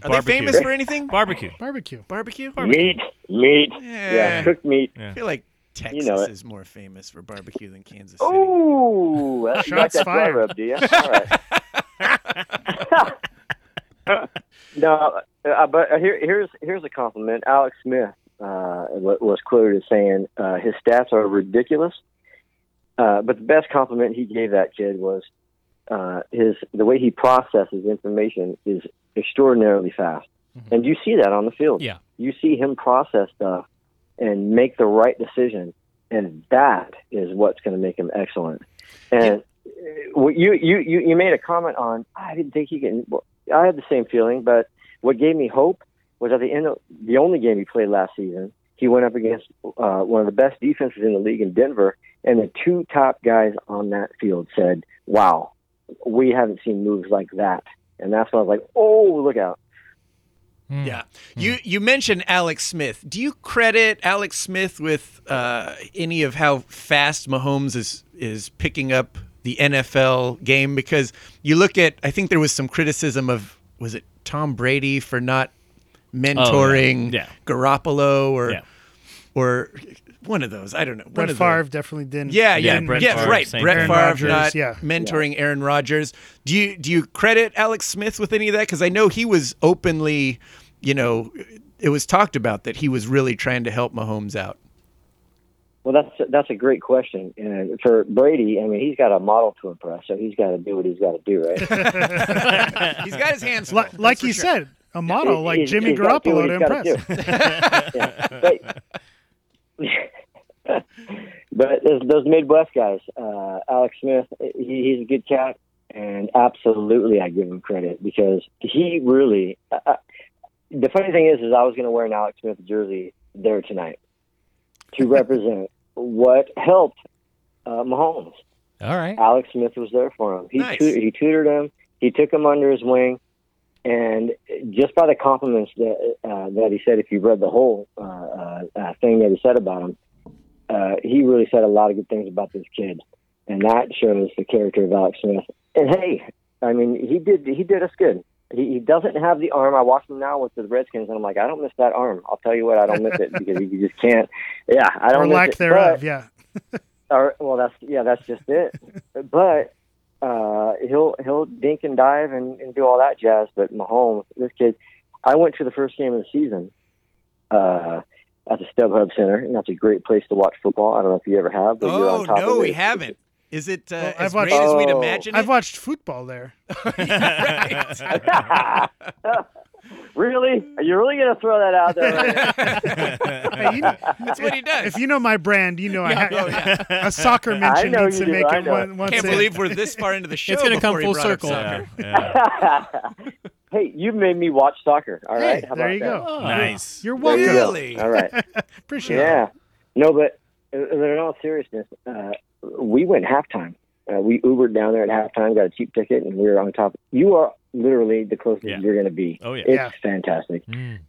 [SPEAKER 4] they
[SPEAKER 3] Barbecue.
[SPEAKER 4] famous for anything?
[SPEAKER 3] Barbecue.
[SPEAKER 2] Barbecue.
[SPEAKER 4] Barbecue.
[SPEAKER 8] Meat, meat.
[SPEAKER 4] Yeah.
[SPEAKER 8] yeah cooked meat.
[SPEAKER 4] I feel like Texas
[SPEAKER 8] know it.
[SPEAKER 4] is more famous for barbecue than Kansas City.
[SPEAKER 8] Ooh, well, you got
[SPEAKER 2] Shots
[SPEAKER 8] that
[SPEAKER 2] fired.
[SPEAKER 8] fired. up, do you? All right. no, uh, but here, here's here's a compliment. Alex Smith uh, wa- was quoted as saying uh, his stats are ridiculous, uh, but the best compliment he gave that kid was uh, his the way he processes information is extraordinarily fast, and you see that on the field.
[SPEAKER 7] Yeah.
[SPEAKER 8] you see him process stuff and make the right decision and that is what's going to make him excellent. And uh, what you, you you you made a comment on. I didn't think he can. well, I had the same feeling, but what gave me hope was at the end of the only game he played last season. He went up against uh, one of the best defenses in the league in Denver, and the two top guys on that field said, "Wow, we haven't seen moves like that." And that's when I was like, "Oh, look out!"
[SPEAKER 4] Yeah. You you mentioned Alex Smith. Do you credit Alex Smith with uh, any of how fast Mahomes is is picking up the NFL game? Because you look at I think there was some criticism of was it Tom Brady for not mentoring
[SPEAKER 3] Yeah.
[SPEAKER 4] Garoppolo or
[SPEAKER 3] Yeah.
[SPEAKER 4] or one of those. I don't know. One
[SPEAKER 2] Brett
[SPEAKER 4] of
[SPEAKER 2] Favre
[SPEAKER 4] those.
[SPEAKER 2] definitely didn't.
[SPEAKER 4] Yeah, yeah,
[SPEAKER 3] Brett
[SPEAKER 4] yes,
[SPEAKER 3] Favre,
[SPEAKER 4] right.
[SPEAKER 3] same
[SPEAKER 4] Brett
[SPEAKER 3] thing.
[SPEAKER 4] Favre
[SPEAKER 2] Aaron Rodgers,
[SPEAKER 4] not
[SPEAKER 2] yeah.
[SPEAKER 4] mentoring Aaron Rodgers. Do you do you credit Alex Smith with any of that? Because I know he was openly, you know, it was talked about that he was really trying to help Mahomes out.
[SPEAKER 8] Well, that's that's a great question. And for Brady, I mean, he's got a model to impress, so he's got to do what he's got to do, right?
[SPEAKER 4] He's got his hands full.
[SPEAKER 2] Li- like
[SPEAKER 4] that's
[SPEAKER 2] he
[SPEAKER 4] for sure.
[SPEAKER 2] said, a model
[SPEAKER 8] He-
[SPEAKER 2] like
[SPEAKER 8] he's-
[SPEAKER 2] Jimmy
[SPEAKER 8] he's gotta do
[SPEAKER 2] Garoppolo
[SPEAKER 8] what
[SPEAKER 2] to
[SPEAKER 8] he's
[SPEAKER 2] impress.
[SPEAKER 8] gotta do. Yeah, But, but those, those Midwest guys, uh, Alex Smith, he, he's a good cat, and absolutely I give him credit because he really. Uh, uh, the funny thing is, is I was going to wear an Alex Smith jersey there tonight to represent what helped uh, Mahomes.
[SPEAKER 7] All right.
[SPEAKER 8] Alex Smith was there for him. He
[SPEAKER 4] Nice.
[SPEAKER 8] tu- he tutored him. He took him under his wing, and just by the compliments that uh, that he said, if you read the whole uh, uh, uh, thing that he said about him, uh, he really said a lot of good things about this kid, and that shows the character of Alex Smith. And hey, I mean, he did he did us good. He, he doesn't have the arm. I watched him now with the Redskins, and I'm like, I don't miss that arm. I'll tell you what, I don't miss it because you just can't. Yeah, I don't.
[SPEAKER 2] Or
[SPEAKER 8] miss
[SPEAKER 2] lack
[SPEAKER 8] it. But-
[SPEAKER 2] thereof. uh, Yeah.
[SPEAKER 8] or well, that's yeah, that's just it. but uh, he'll he'll dink and dive and, and do all that jazz. But Mahomes, this kid, I went to the first game of the season uh, at the StubHub Center, and that's a great place to watch football. I don't know if you ever have, but you're
[SPEAKER 4] Oh
[SPEAKER 8] on top
[SPEAKER 4] no,
[SPEAKER 8] of it.
[SPEAKER 4] we haven't. Is it uh,
[SPEAKER 2] Well, I've
[SPEAKER 4] as
[SPEAKER 2] watched-
[SPEAKER 4] great as we'd
[SPEAKER 8] Oh.
[SPEAKER 4] imagine
[SPEAKER 2] I've
[SPEAKER 4] it?
[SPEAKER 2] watched football there.
[SPEAKER 4] Right.
[SPEAKER 8] Really? Are you really gonna throw that out there?
[SPEAKER 2] Hey, you-
[SPEAKER 4] That's what he does.
[SPEAKER 2] if you know my brand, you know I have a soccer mention
[SPEAKER 8] know
[SPEAKER 2] needs
[SPEAKER 8] you
[SPEAKER 2] to
[SPEAKER 8] do,
[SPEAKER 2] make
[SPEAKER 8] I
[SPEAKER 2] it
[SPEAKER 8] know.
[SPEAKER 2] one, once
[SPEAKER 4] Can't
[SPEAKER 2] in.
[SPEAKER 4] believe we're this far into the show.
[SPEAKER 7] gonna come
[SPEAKER 4] before he
[SPEAKER 7] full
[SPEAKER 4] brought up
[SPEAKER 7] circle.
[SPEAKER 4] soccer.
[SPEAKER 8] hey, you made me watch soccer. All right,
[SPEAKER 2] Hey,
[SPEAKER 8] How
[SPEAKER 2] there
[SPEAKER 8] about
[SPEAKER 2] you go.
[SPEAKER 8] that?
[SPEAKER 2] Oh,
[SPEAKER 3] Nice.
[SPEAKER 2] You're
[SPEAKER 8] There you
[SPEAKER 2] welcome.
[SPEAKER 8] go.
[SPEAKER 4] Really?
[SPEAKER 8] All right.
[SPEAKER 2] Appreciate it.
[SPEAKER 8] Yeah. No, but uh, in all seriousness, uh, we went halftime. Uh, we Ubered down there at halftime, got a cheap ticket, and we were on top. You are literally the closest
[SPEAKER 3] Yeah.
[SPEAKER 8] you're going to be.
[SPEAKER 3] Oh, yeah. Hmm.
[SPEAKER 8] It's
[SPEAKER 2] Yeah.
[SPEAKER 8] fantastic.
[SPEAKER 4] We
[SPEAKER 8] It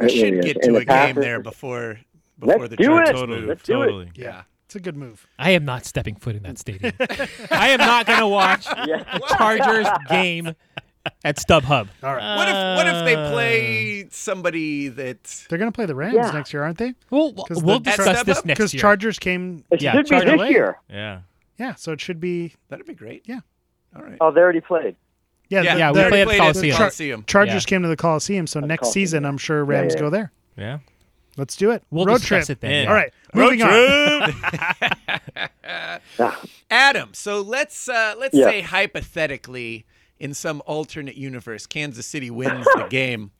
[SPEAKER 8] really
[SPEAKER 4] should
[SPEAKER 8] is.
[SPEAKER 4] get
[SPEAKER 8] And
[SPEAKER 4] to
[SPEAKER 8] the
[SPEAKER 4] a game
[SPEAKER 8] passes-
[SPEAKER 4] there before before
[SPEAKER 8] Let's
[SPEAKER 4] the
[SPEAKER 8] do
[SPEAKER 4] Chargers
[SPEAKER 8] it.
[SPEAKER 4] move.
[SPEAKER 3] Totally.
[SPEAKER 8] Let's do it.
[SPEAKER 3] totally.
[SPEAKER 2] Yeah. It's a good move.
[SPEAKER 7] I am not stepping foot in that stadium. I am not going to watch the Chargers game at StubHub.
[SPEAKER 2] All right.
[SPEAKER 4] What if what if they play somebody that
[SPEAKER 2] They're going to play the Rams
[SPEAKER 8] Yeah.
[SPEAKER 2] next year, aren't they?
[SPEAKER 7] We'll,
[SPEAKER 2] 'Cause
[SPEAKER 7] we'll
[SPEAKER 2] the-
[SPEAKER 7] discuss
[SPEAKER 4] At StubHub?
[SPEAKER 7] this next
[SPEAKER 2] Because
[SPEAKER 7] year.
[SPEAKER 2] Chargers came.
[SPEAKER 8] It
[SPEAKER 7] Yeah,
[SPEAKER 8] should be
[SPEAKER 7] Charter
[SPEAKER 8] this
[SPEAKER 7] Lane.
[SPEAKER 8] year.
[SPEAKER 3] Yeah.
[SPEAKER 2] Yeah, so it should be
[SPEAKER 4] That'd be great.
[SPEAKER 2] Yeah.
[SPEAKER 4] All right.
[SPEAKER 8] Oh, they already played.
[SPEAKER 2] yeah
[SPEAKER 4] Yeah,
[SPEAKER 7] yeah,
[SPEAKER 2] the-
[SPEAKER 7] we
[SPEAKER 2] the
[SPEAKER 7] play at the
[SPEAKER 4] played at the
[SPEAKER 7] Coliseum.
[SPEAKER 4] Coliseum.
[SPEAKER 2] Chargers came to the Coliseum, so next
[SPEAKER 8] Coliseum,
[SPEAKER 2] season
[SPEAKER 8] yeah.
[SPEAKER 2] I'm sure
[SPEAKER 8] Yeah,
[SPEAKER 2] Rams
[SPEAKER 8] yeah.
[SPEAKER 2] go there.
[SPEAKER 3] Yeah.
[SPEAKER 2] Let's do it.
[SPEAKER 7] We'll
[SPEAKER 2] Road
[SPEAKER 7] discuss
[SPEAKER 2] trip.
[SPEAKER 7] it then.
[SPEAKER 2] All right, moving on.
[SPEAKER 4] Adam, so let's uh, let's
[SPEAKER 8] Yeah.
[SPEAKER 4] say hypothetically, in some alternate universe, Kansas City wins the game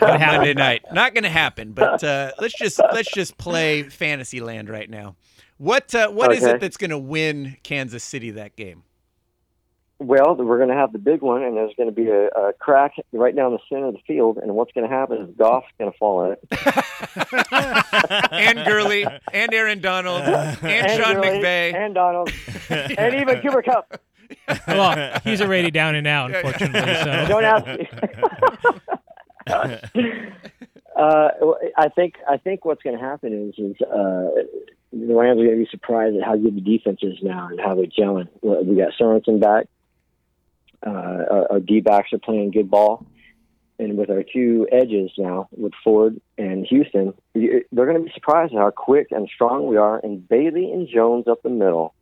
[SPEAKER 4] on Monday night. Not going to happen. But uh, let's just let's just play fantasy land right now. What uh, what is
[SPEAKER 8] Okay.
[SPEAKER 4] it that's going to win Kansas City that game?
[SPEAKER 8] Well, we're going to have the big one, and there's going to be a, a crack right down the center of the field. And what's going to happen is Goff's going to fall in it.
[SPEAKER 4] And Gurley, and Aaron Donald, and
[SPEAKER 8] and
[SPEAKER 4] Sean
[SPEAKER 8] Gurley,
[SPEAKER 4] McVay.
[SPEAKER 8] and Donald, and even Cooper Cup.
[SPEAKER 7] well, he's already down and out, unfortunately. So
[SPEAKER 8] Don't ask me. uh, I think I think what's going to happen is is uh, the Rams are going to be surprised at how good the defense is now and how they're gelling. Well, We got Sorensen back. Uh, our, our D backs are playing good ball, and with our two edges now with Ford and Houston, you- they're going to be surprised at how quick and strong we are. And Bailey and Jones up the middle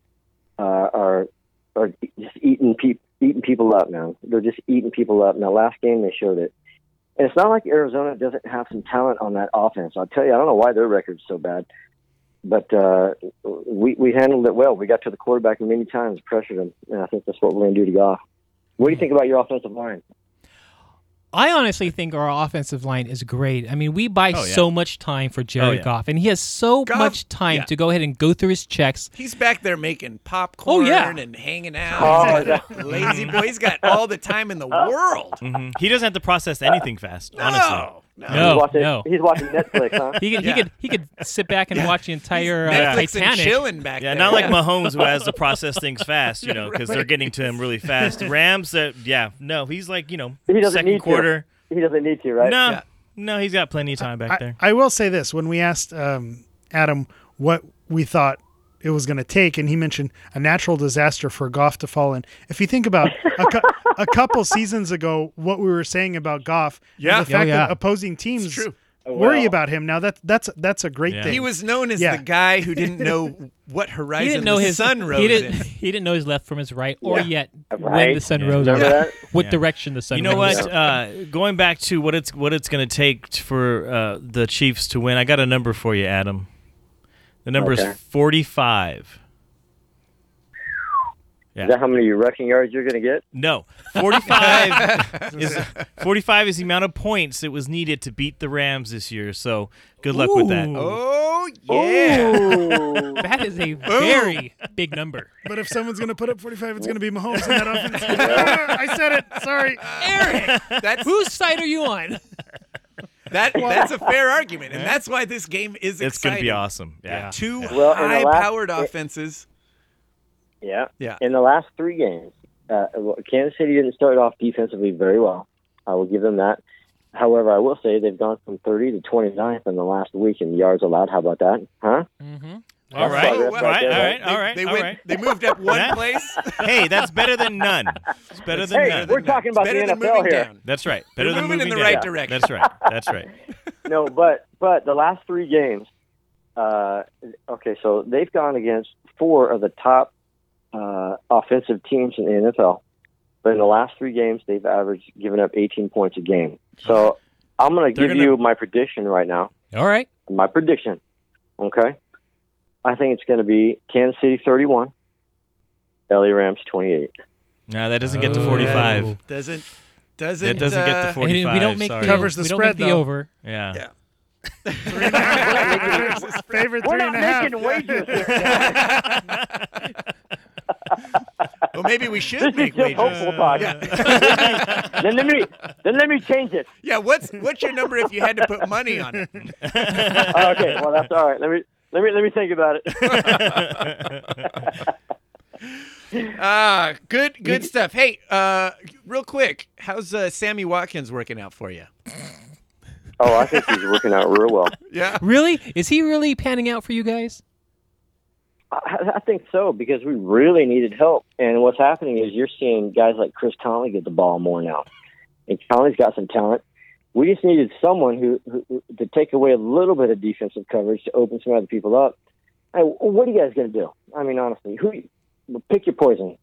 [SPEAKER 8] uh, are are just eating peop eating people up, man. They're just eating people up. Now, last game they showed it, and it's not like Arizona doesn't have some talent on that offense. I'll tell you, I don't know why their record's so bad, but uh, we we handled it well. We got to the quarterback many times, pressured him, and I think that's what we're going to do to Goff. What do you think about your offensive line?
[SPEAKER 7] I honestly think our offensive line is great. I mean, we buy
[SPEAKER 3] Oh, yeah.
[SPEAKER 7] so much time for Jared
[SPEAKER 3] yeah.
[SPEAKER 7] Goff, and he has so
[SPEAKER 4] Goff-
[SPEAKER 7] much time
[SPEAKER 4] yeah.
[SPEAKER 7] to go ahead and go through his checks.
[SPEAKER 4] He's back there making popcorn
[SPEAKER 7] Oh, yeah.
[SPEAKER 4] and hanging out.
[SPEAKER 8] Oh,
[SPEAKER 4] He's got a lazy boy. He's got all the time in the world.
[SPEAKER 3] Mhm. He doesn't have to process anything fast, honestly.
[SPEAKER 4] No, no.
[SPEAKER 7] No,
[SPEAKER 8] he's watching,
[SPEAKER 7] no.
[SPEAKER 8] he's watching Netflix, huh?
[SPEAKER 7] He could,
[SPEAKER 4] Yeah.
[SPEAKER 7] he could he could sit back and watch the entire uh,
[SPEAKER 4] Netflix and
[SPEAKER 7] Titanic.
[SPEAKER 4] chilling back
[SPEAKER 3] Yeah,
[SPEAKER 4] there.
[SPEAKER 3] not like Mahomes who has to process things fast, you know, because they're getting to him really fast. Rams, that yeah, no, he's like you know,
[SPEAKER 8] He doesn't
[SPEAKER 3] second
[SPEAKER 8] need
[SPEAKER 3] quarter.
[SPEAKER 8] to. He doesn't need to, right?
[SPEAKER 3] No,
[SPEAKER 4] Yeah.
[SPEAKER 3] no, he's got plenty of time back
[SPEAKER 2] I,
[SPEAKER 3] there.
[SPEAKER 2] I will say this: when we asked um, Adam what we thought it was going to take, and he mentioned a natural disaster for Goff to fall in. If you think about a, cou- a couple seasons ago, what we were saying about Goff, and
[SPEAKER 4] Yeah.
[SPEAKER 2] the fact
[SPEAKER 7] yeah.
[SPEAKER 2] that opposing teams
[SPEAKER 4] true.
[SPEAKER 2] worry
[SPEAKER 8] Wow.
[SPEAKER 2] about him now, that that's that's a great
[SPEAKER 3] Yeah.
[SPEAKER 2] thing.
[SPEAKER 4] He was known as
[SPEAKER 2] Yeah.
[SPEAKER 4] the guy who didn't know what horizon
[SPEAKER 7] He didn't know
[SPEAKER 4] the
[SPEAKER 7] his
[SPEAKER 4] sun rose
[SPEAKER 7] He didn't,
[SPEAKER 4] in.
[SPEAKER 7] he didn't know his left from his right, or
[SPEAKER 4] Yeah.
[SPEAKER 7] yet when
[SPEAKER 8] Right.
[SPEAKER 7] the sun
[SPEAKER 3] Yeah.
[SPEAKER 7] rose,
[SPEAKER 8] Remember
[SPEAKER 7] or
[SPEAKER 8] that?
[SPEAKER 7] what direction the sun.
[SPEAKER 3] You know
[SPEAKER 7] rose.
[SPEAKER 3] what? Uh, going back to what it's what it's going to take t- for uh, the Chiefs to win, I got a number for you, Adam. The number
[SPEAKER 8] Okay.
[SPEAKER 3] is forty-five.
[SPEAKER 8] Is that how many rushing yards you're going to get?
[SPEAKER 3] No, forty-five is forty-five is the amount of points that was needed to beat the Rams this year. So good luck with that.
[SPEAKER 7] Ooh.
[SPEAKER 4] Oh yeah.
[SPEAKER 8] Ooh.
[SPEAKER 7] That is a very big number.
[SPEAKER 2] but if someone's going to put up 45, it's going to be Mahomes. And that offense. I said it. Sorry.
[SPEAKER 4] That's
[SPEAKER 7] Whose side are you on?
[SPEAKER 4] that that's a fair argument. And that's why this game is
[SPEAKER 3] It's going to
[SPEAKER 4] exciting.
[SPEAKER 3] be awesome. Yeah.
[SPEAKER 4] Two
[SPEAKER 8] Well, in the last-
[SPEAKER 4] high-powered offenses.
[SPEAKER 8] Yeah.
[SPEAKER 4] Yeah.
[SPEAKER 8] In the last three games, uh, well, Kansas City didn't start off defensively very well. I will give them that. However, I will say they've gone from 30 to 29th in the last week in yards allowed. How about that? Huh?
[SPEAKER 3] All right.
[SPEAKER 8] Oh,
[SPEAKER 3] All
[SPEAKER 8] wow.
[SPEAKER 3] right. All right.
[SPEAKER 8] They-
[SPEAKER 3] All right.
[SPEAKER 4] They,
[SPEAKER 3] all
[SPEAKER 4] went,
[SPEAKER 3] right.
[SPEAKER 4] they moved up one
[SPEAKER 3] Yeah.
[SPEAKER 4] place.
[SPEAKER 3] Hey, that's better than none. It's better than
[SPEAKER 8] Hey,
[SPEAKER 3] none.
[SPEAKER 8] we're talking about
[SPEAKER 4] Better
[SPEAKER 8] the
[SPEAKER 4] than
[SPEAKER 8] NFL
[SPEAKER 4] moving
[SPEAKER 8] here.
[SPEAKER 4] down.
[SPEAKER 3] That's right. Better
[SPEAKER 4] We're
[SPEAKER 3] than
[SPEAKER 4] moving in the
[SPEAKER 3] down.
[SPEAKER 4] right direction.
[SPEAKER 3] That's right. That's right.
[SPEAKER 8] no, but but the last three games, uh, okay, so they've gone against four of the top uh, offensive teams in the NFL. But in the last three games, they've averaged given up 18 points a game. So I'm going to
[SPEAKER 3] They're
[SPEAKER 8] give
[SPEAKER 3] gonna-
[SPEAKER 8] you my prediction right now.
[SPEAKER 7] All right.
[SPEAKER 8] my prediction. Okay. I think it's going to be Kansas City 31, LA Rams 28.
[SPEAKER 3] No, that doesn't get to 45.
[SPEAKER 4] Doesn't doesn't
[SPEAKER 3] That doesn't get
[SPEAKER 4] Oh. uh,
[SPEAKER 3] to
[SPEAKER 7] And
[SPEAKER 3] 45.
[SPEAKER 7] we don't make
[SPEAKER 3] sorry.
[SPEAKER 7] the,
[SPEAKER 2] Covers the
[SPEAKER 7] we
[SPEAKER 2] spread,
[SPEAKER 7] don't make the
[SPEAKER 2] though.
[SPEAKER 7] over.
[SPEAKER 3] Yeah.
[SPEAKER 4] Yeah.
[SPEAKER 2] Favorite three and a half.
[SPEAKER 8] wagers.
[SPEAKER 4] Well, maybe we should
[SPEAKER 8] This
[SPEAKER 4] make
[SPEAKER 8] is just
[SPEAKER 4] wagers.
[SPEAKER 8] hopeful talk. then let me then let me change it.
[SPEAKER 4] Yeah, what's what's your number if you had to put money on it?
[SPEAKER 8] Oh, okay, well that's all right. Let me let me let me think about it.
[SPEAKER 4] Ah, good good stuff. Hey, uh, real quick, how's uh, Sammy Watkins working out for you?
[SPEAKER 8] Oh, I think he's working out real well.
[SPEAKER 4] Yeah,
[SPEAKER 7] Really? Is he really panning out for you guys?
[SPEAKER 8] I, I think so because we really needed help. And what's happening is you're seeing guys like Chris Conley get the ball more now, and Conley's got some talent. We just needed someone who, who who- to take away a little bit of defensive coverage to open some other people up. And what are you guys going to do? I mean, honestly, who pick your poison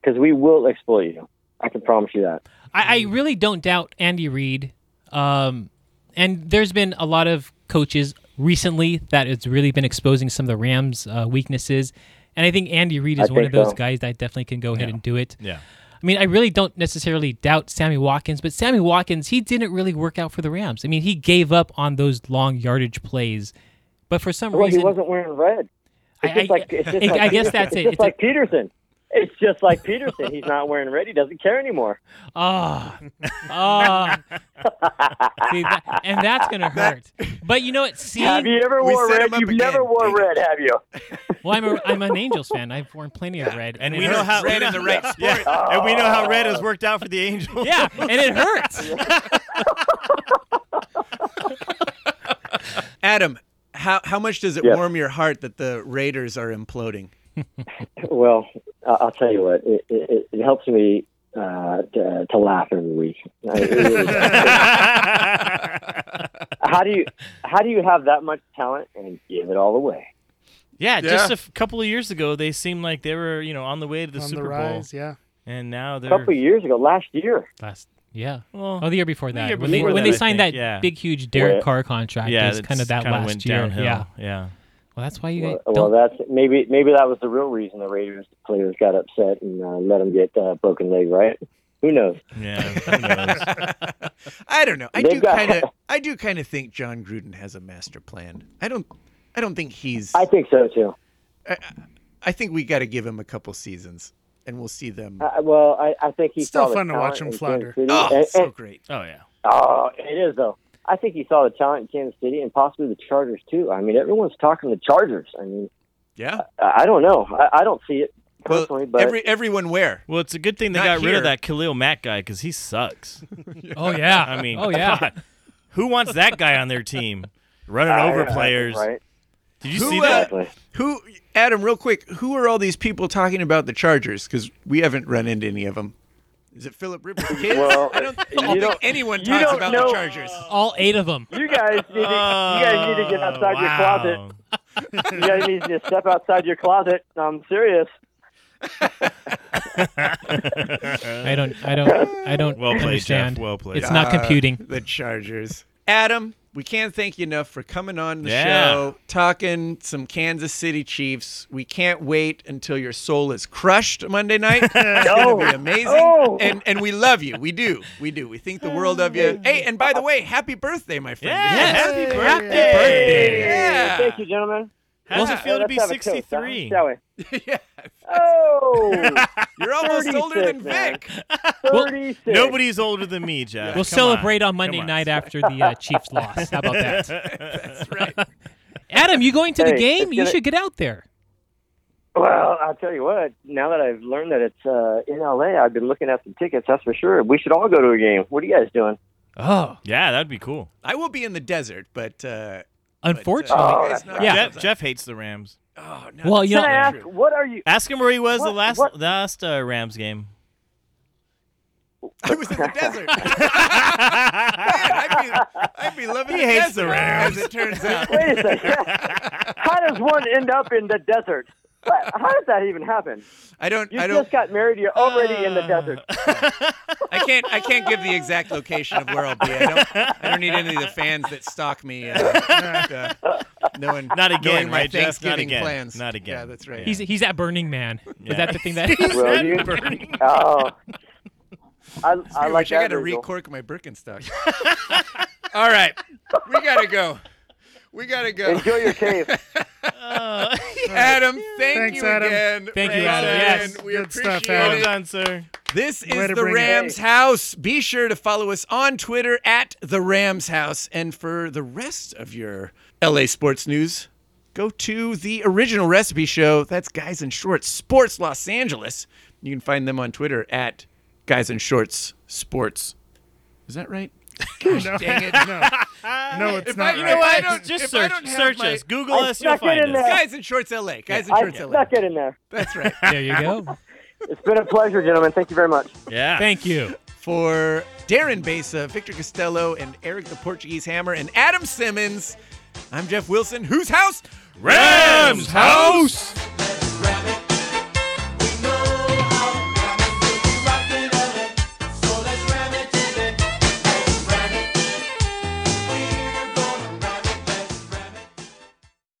[SPEAKER 8] because we will exploit you. I can promise you that.
[SPEAKER 7] I, I really don't doubt Andy Reid. Um, and there's been a lot of coaches recently that it's really been exposing some of the Rams' uh, weaknesses. And I think Andy Reid is
[SPEAKER 8] I
[SPEAKER 7] one of
[SPEAKER 8] think
[SPEAKER 7] those
[SPEAKER 8] so.
[SPEAKER 7] guys that definitely can go ahead and do it.
[SPEAKER 3] Yeah.
[SPEAKER 7] I mean, I really don't necessarily doubt Sammy Watkins, but Sammy Watkins, he didn't really work out for the Rams. I mean, he gave up on those long yardage plays, but for some
[SPEAKER 8] Well, he
[SPEAKER 7] reason,
[SPEAKER 8] wasn't wearing red. It's
[SPEAKER 7] I-
[SPEAKER 8] just
[SPEAKER 7] I-
[SPEAKER 8] like, it's just
[SPEAKER 7] I-
[SPEAKER 8] like
[SPEAKER 7] I guess
[SPEAKER 8] Peterson.
[SPEAKER 7] that's it.
[SPEAKER 8] It's just
[SPEAKER 7] It's a-
[SPEAKER 8] like Peterson. It's just like Peterson. He's not wearing red. He doesn't care anymore.
[SPEAKER 7] Ah, ah. See, that- and that's gonna hurt. But you know what? See,
[SPEAKER 8] Have you ever
[SPEAKER 4] we
[SPEAKER 8] wore
[SPEAKER 4] set
[SPEAKER 8] red?
[SPEAKER 4] him up
[SPEAKER 8] You've
[SPEAKER 4] again.
[SPEAKER 8] never wore
[SPEAKER 4] Dang it.
[SPEAKER 8] red, have you?
[SPEAKER 7] well, I'm, a, I'm an Angels fan. I've worn plenty of red,
[SPEAKER 3] And
[SPEAKER 7] it
[SPEAKER 3] we know
[SPEAKER 7] hurts.
[SPEAKER 3] how
[SPEAKER 4] Red
[SPEAKER 3] we
[SPEAKER 4] in
[SPEAKER 3] know-
[SPEAKER 4] the right sport.
[SPEAKER 3] Yeah. And we know how red has worked out for the Angels.
[SPEAKER 7] Yeah, and it hurts.
[SPEAKER 4] Adam, how how much does it
[SPEAKER 8] Yeah.
[SPEAKER 4] warm your heart that the Raiders are imploding?
[SPEAKER 8] Well, I- I'll tell you what. It, it, it helps me uh, to, to laugh every week. I- it really does. how do you how do you have that much talent and give it all away?
[SPEAKER 3] Yeah, just a
[SPEAKER 4] Yeah.
[SPEAKER 3] f- couple of years ago, they seemed like they were, you know, on the way to the
[SPEAKER 2] on
[SPEAKER 3] Super
[SPEAKER 2] the
[SPEAKER 3] Bowl,
[SPEAKER 2] rise. Yeah.
[SPEAKER 3] and now
[SPEAKER 8] A
[SPEAKER 3] they're
[SPEAKER 8] couple of years ago, last year,
[SPEAKER 7] Last, yeah.
[SPEAKER 3] well,
[SPEAKER 7] Oh, the year before that,
[SPEAKER 3] year
[SPEAKER 7] when they,
[SPEAKER 3] before
[SPEAKER 7] when
[SPEAKER 3] that,
[SPEAKER 7] they
[SPEAKER 3] I
[SPEAKER 7] signed
[SPEAKER 3] think,
[SPEAKER 7] that
[SPEAKER 3] yeah.
[SPEAKER 7] big, huge Derek
[SPEAKER 8] Yeah.
[SPEAKER 7] Carr contract,
[SPEAKER 3] yeah,
[SPEAKER 7] it was kind of
[SPEAKER 3] it's
[SPEAKER 7] that
[SPEAKER 3] kinda
[SPEAKER 7] last
[SPEAKER 3] went
[SPEAKER 7] year.
[SPEAKER 3] Downhill.
[SPEAKER 7] Yeah.
[SPEAKER 3] yeah.
[SPEAKER 7] Well, that's why you
[SPEAKER 8] well,
[SPEAKER 7] guys don't.
[SPEAKER 8] well, that's maybe maybe that was the real reason the Raiders players got upset and uh, let them get uh, broken leg, right? Who knows?
[SPEAKER 3] Yeah, who knows?
[SPEAKER 4] I don't know. I
[SPEAKER 8] They've
[SPEAKER 4] do
[SPEAKER 8] got-
[SPEAKER 4] kind of I do kind of think John Gruden has a master plan. I don't I don't think he's
[SPEAKER 8] I think so too.
[SPEAKER 4] I think we got to give him a couple seasons and we'll see them.
[SPEAKER 8] I, well, I, I think he's
[SPEAKER 2] Still fun to watch him flounder.
[SPEAKER 4] oh, so great.
[SPEAKER 3] Oh yeah,
[SPEAKER 8] Oh, it is though. I think he saw the talent in Kansas City and possibly the Chargers too. I mean, everyone's talking the Chargers. I mean,
[SPEAKER 4] Yeah.
[SPEAKER 8] I I don't know. I, I don't see it
[SPEAKER 4] Well,
[SPEAKER 8] personally, but
[SPEAKER 4] every everyone where?
[SPEAKER 3] well, it's a good thing they
[SPEAKER 4] Not
[SPEAKER 3] got rid
[SPEAKER 4] here.
[SPEAKER 3] of that Khalil Mack guy because he sucks.
[SPEAKER 7] Oh yeah.
[SPEAKER 3] I mean,
[SPEAKER 7] oh yeah.
[SPEAKER 3] God, who wants that guy on their team running
[SPEAKER 8] I-
[SPEAKER 3] over
[SPEAKER 8] I-
[SPEAKER 3] players?
[SPEAKER 8] right?
[SPEAKER 3] Did you
[SPEAKER 4] Who,
[SPEAKER 3] see
[SPEAKER 4] uh,
[SPEAKER 3] that?
[SPEAKER 8] Exactly.
[SPEAKER 4] Who Adam real quick, who are all these people talking about the Chargers cuz we haven't run into any of them. Is it Philip Rivers' kids?
[SPEAKER 8] Well,
[SPEAKER 4] I don't, I
[SPEAKER 8] you
[SPEAKER 4] don't think
[SPEAKER 8] don't-
[SPEAKER 4] anyone
[SPEAKER 8] you
[SPEAKER 4] talks
[SPEAKER 8] don't
[SPEAKER 4] about the
[SPEAKER 8] know-
[SPEAKER 4] Chargers.
[SPEAKER 7] All eight of them.
[SPEAKER 8] You guys need to, you guys need to get outside your
[SPEAKER 3] Oh, wow.
[SPEAKER 8] closet. You guys need to step outside your closet. I'm serious.
[SPEAKER 7] I don't. I don't. I don't
[SPEAKER 3] Well played,
[SPEAKER 7] understand.
[SPEAKER 3] Jeff. Well played. Uh,
[SPEAKER 7] It's not computing.
[SPEAKER 4] the Chargers. Adam, we can't thank you enough for coming on the
[SPEAKER 3] Yeah.
[SPEAKER 4] show, talking some Kansas City Chiefs. We can't wait until your soul is crushed Monday night. It's gonna be amazing.
[SPEAKER 8] No.
[SPEAKER 4] And and we love you. We do. We do. We think the world of you. Hey, and by the way, happy birthday, my friend.
[SPEAKER 3] Yeah, happy birthday.
[SPEAKER 4] Yeah.
[SPEAKER 8] Thank you, gentlemen.
[SPEAKER 3] How's it
[SPEAKER 4] Yeah.
[SPEAKER 3] feel to
[SPEAKER 8] Let's
[SPEAKER 3] be
[SPEAKER 8] have a toast, huh?
[SPEAKER 3] 63?
[SPEAKER 8] Shall we?
[SPEAKER 4] Yeah.
[SPEAKER 8] Oh,
[SPEAKER 4] You're almost older than
[SPEAKER 8] 36, man.
[SPEAKER 4] Vic.
[SPEAKER 8] 36.
[SPEAKER 3] Nobody's older than me, Jeff.
[SPEAKER 7] We'll
[SPEAKER 3] Come on.
[SPEAKER 7] celebrate on Monday
[SPEAKER 3] Come on.
[SPEAKER 7] night after the uh, Chiefs loss. How about that?
[SPEAKER 4] That's right.
[SPEAKER 7] Adam, you going to the
[SPEAKER 8] Hey,
[SPEAKER 7] game?
[SPEAKER 8] it's
[SPEAKER 7] You
[SPEAKER 8] gonna-
[SPEAKER 7] should get out there.
[SPEAKER 8] Well, I'll tell you what. Now that I've learned that it's uh, in LA, I've been looking at some tickets. That's for sure. We should all go to a game. What are you guys doing?
[SPEAKER 7] Oh,
[SPEAKER 3] Yeah, that'd be cool.
[SPEAKER 4] I will be in the desert, but uh
[SPEAKER 7] unfortunately.
[SPEAKER 4] you
[SPEAKER 8] Oh,
[SPEAKER 4] guys
[SPEAKER 8] that's
[SPEAKER 4] knock
[SPEAKER 7] right. Yeah.
[SPEAKER 4] yourselves
[SPEAKER 3] Jeff, Jeff hates the Rams.
[SPEAKER 4] out. Oh, no,
[SPEAKER 7] well, you
[SPEAKER 8] Can I
[SPEAKER 7] know,
[SPEAKER 8] ask? What are you?
[SPEAKER 3] Ask him where he was the
[SPEAKER 8] What-
[SPEAKER 3] last
[SPEAKER 8] what-
[SPEAKER 3] last uh, Rams game.
[SPEAKER 4] I was in the desert. Man, I'd be, I'd be loving the
[SPEAKER 3] hates
[SPEAKER 4] desert,
[SPEAKER 3] the Rams.
[SPEAKER 4] as it turns out.
[SPEAKER 8] Wait a second. How does one end up in the desert? What? How does that even happen?
[SPEAKER 4] I don't.
[SPEAKER 8] You
[SPEAKER 4] I don't. Uh,
[SPEAKER 8] just got married. You're already in the desert.
[SPEAKER 4] I can't. I can't give the exact location of where I'll be. I don't. I don't need any of the fans that stalk me. Uh, and, uh, knowing,
[SPEAKER 3] Not again,
[SPEAKER 4] knowing my
[SPEAKER 3] right, Jeff? Not
[SPEAKER 4] Thanksgiving
[SPEAKER 3] again.
[SPEAKER 4] plans.
[SPEAKER 3] Not again.
[SPEAKER 4] Yeah, that's right.
[SPEAKER 7] he's he's at Burning Man.
[SPEAKER 3] Yeah.
[SPEAKER 7] Is that the thing that?
[SPEAKER 8] Well, you. Oh. I, I
[SPEAKER 4] I
[SPEAKER 8] like
[SPEAKER 4] I
[SPEAKER 8] that.
[SPEAKER 4] gotta
[SPEAKER 8] visual.
[SPEAKER 4] recork my Birkenstock. All right, we gotta go. We gotta go.
[SPEAKER 8] Enjoy your cave.
[SPEAKER 4] Adam, thank
[SPEAKER 2] Thanks,
[SPEAKER 4] you
[SPEAKER 2] Adam.
[SPEAKER 4] again.
[SPEAKER 7] Thank you,
[SPEAKER 4] for
[SPEAKER 7] Adam.
[SPEAKER 4] calling
[SPEAKER 7] Yes.
[SPEAKER 4] in. we
[SPEAKER 2] Good
[SPEAKER 4] appreciate
[SPEAKER 2] stuff,
[SPEAKER 3] Well
[SPEAKER 2] Adam.
[SPEAKER 4] it.
[SPEAKER 3] done, sir.
[SPEAKER 4] This
[SPEAKER 2] Way
[SPEAKER 4] is
[SPEAKER 2] to
[SPEAKER 4] the
[SPEAKER 2] bring it.
[SPEAKER 4] Rams House. Be sure to follow us on Twitter at the Rams House. And for the rest of your LA sports news, go to the original recipe show. That's Guys in Shorts Sports Los Angeles. You can find them on Twitter at Guys in Shorts Sports. Is that right? Gosh, dang it.
[SPEAKER 2] No, it's
[SPEAKER 4] If I-
[SPEAKER 2] not.
[SPEAKER 4] you
[SPEAKER 2] right.
[SPEAKER 4] know what? I don't-
[SPEAKER 3] just
[SPEAKER 4] if I
[SPEAKER 3] search,
[SPEAKER 4] don't have
[SPEAKER 3] search
[SPEAKER 4] my-
[SPEAKER 3] us, Google
[SPEAKER 8] I
[SPEAKER 3] us, you'll
[SPEAKER 8] stuck it
[SPEAKER 3] find
[SPEAKER 8] in
[SPEAKER 3] us.
[SPEAKER 8] there.
[SPEAKER 4] Guys in Shorts LA. Guys in
[SPEAKER 8] I
[SPEAKER 4] Shorts LA.
[SPEAKER 8] stuck it in there.
[SPEAKER 4] That's right.
[SPEAKER 7] there you go.
[SPEAKER 8] It's been a pleasure, gentlemen. Thank you very much.
[SPEAKER 3] Yeah.
[SPEAKER 7] Thank you.
[SPEAKER 4] for Darren Besa, Victor Costello, and Eric the Portuguese Hammer, and Adam Simmons. I'm Jeff Wilson. Whose house?
[SPEAKER 8] Oh,
[SPEAKER 3] Rams House!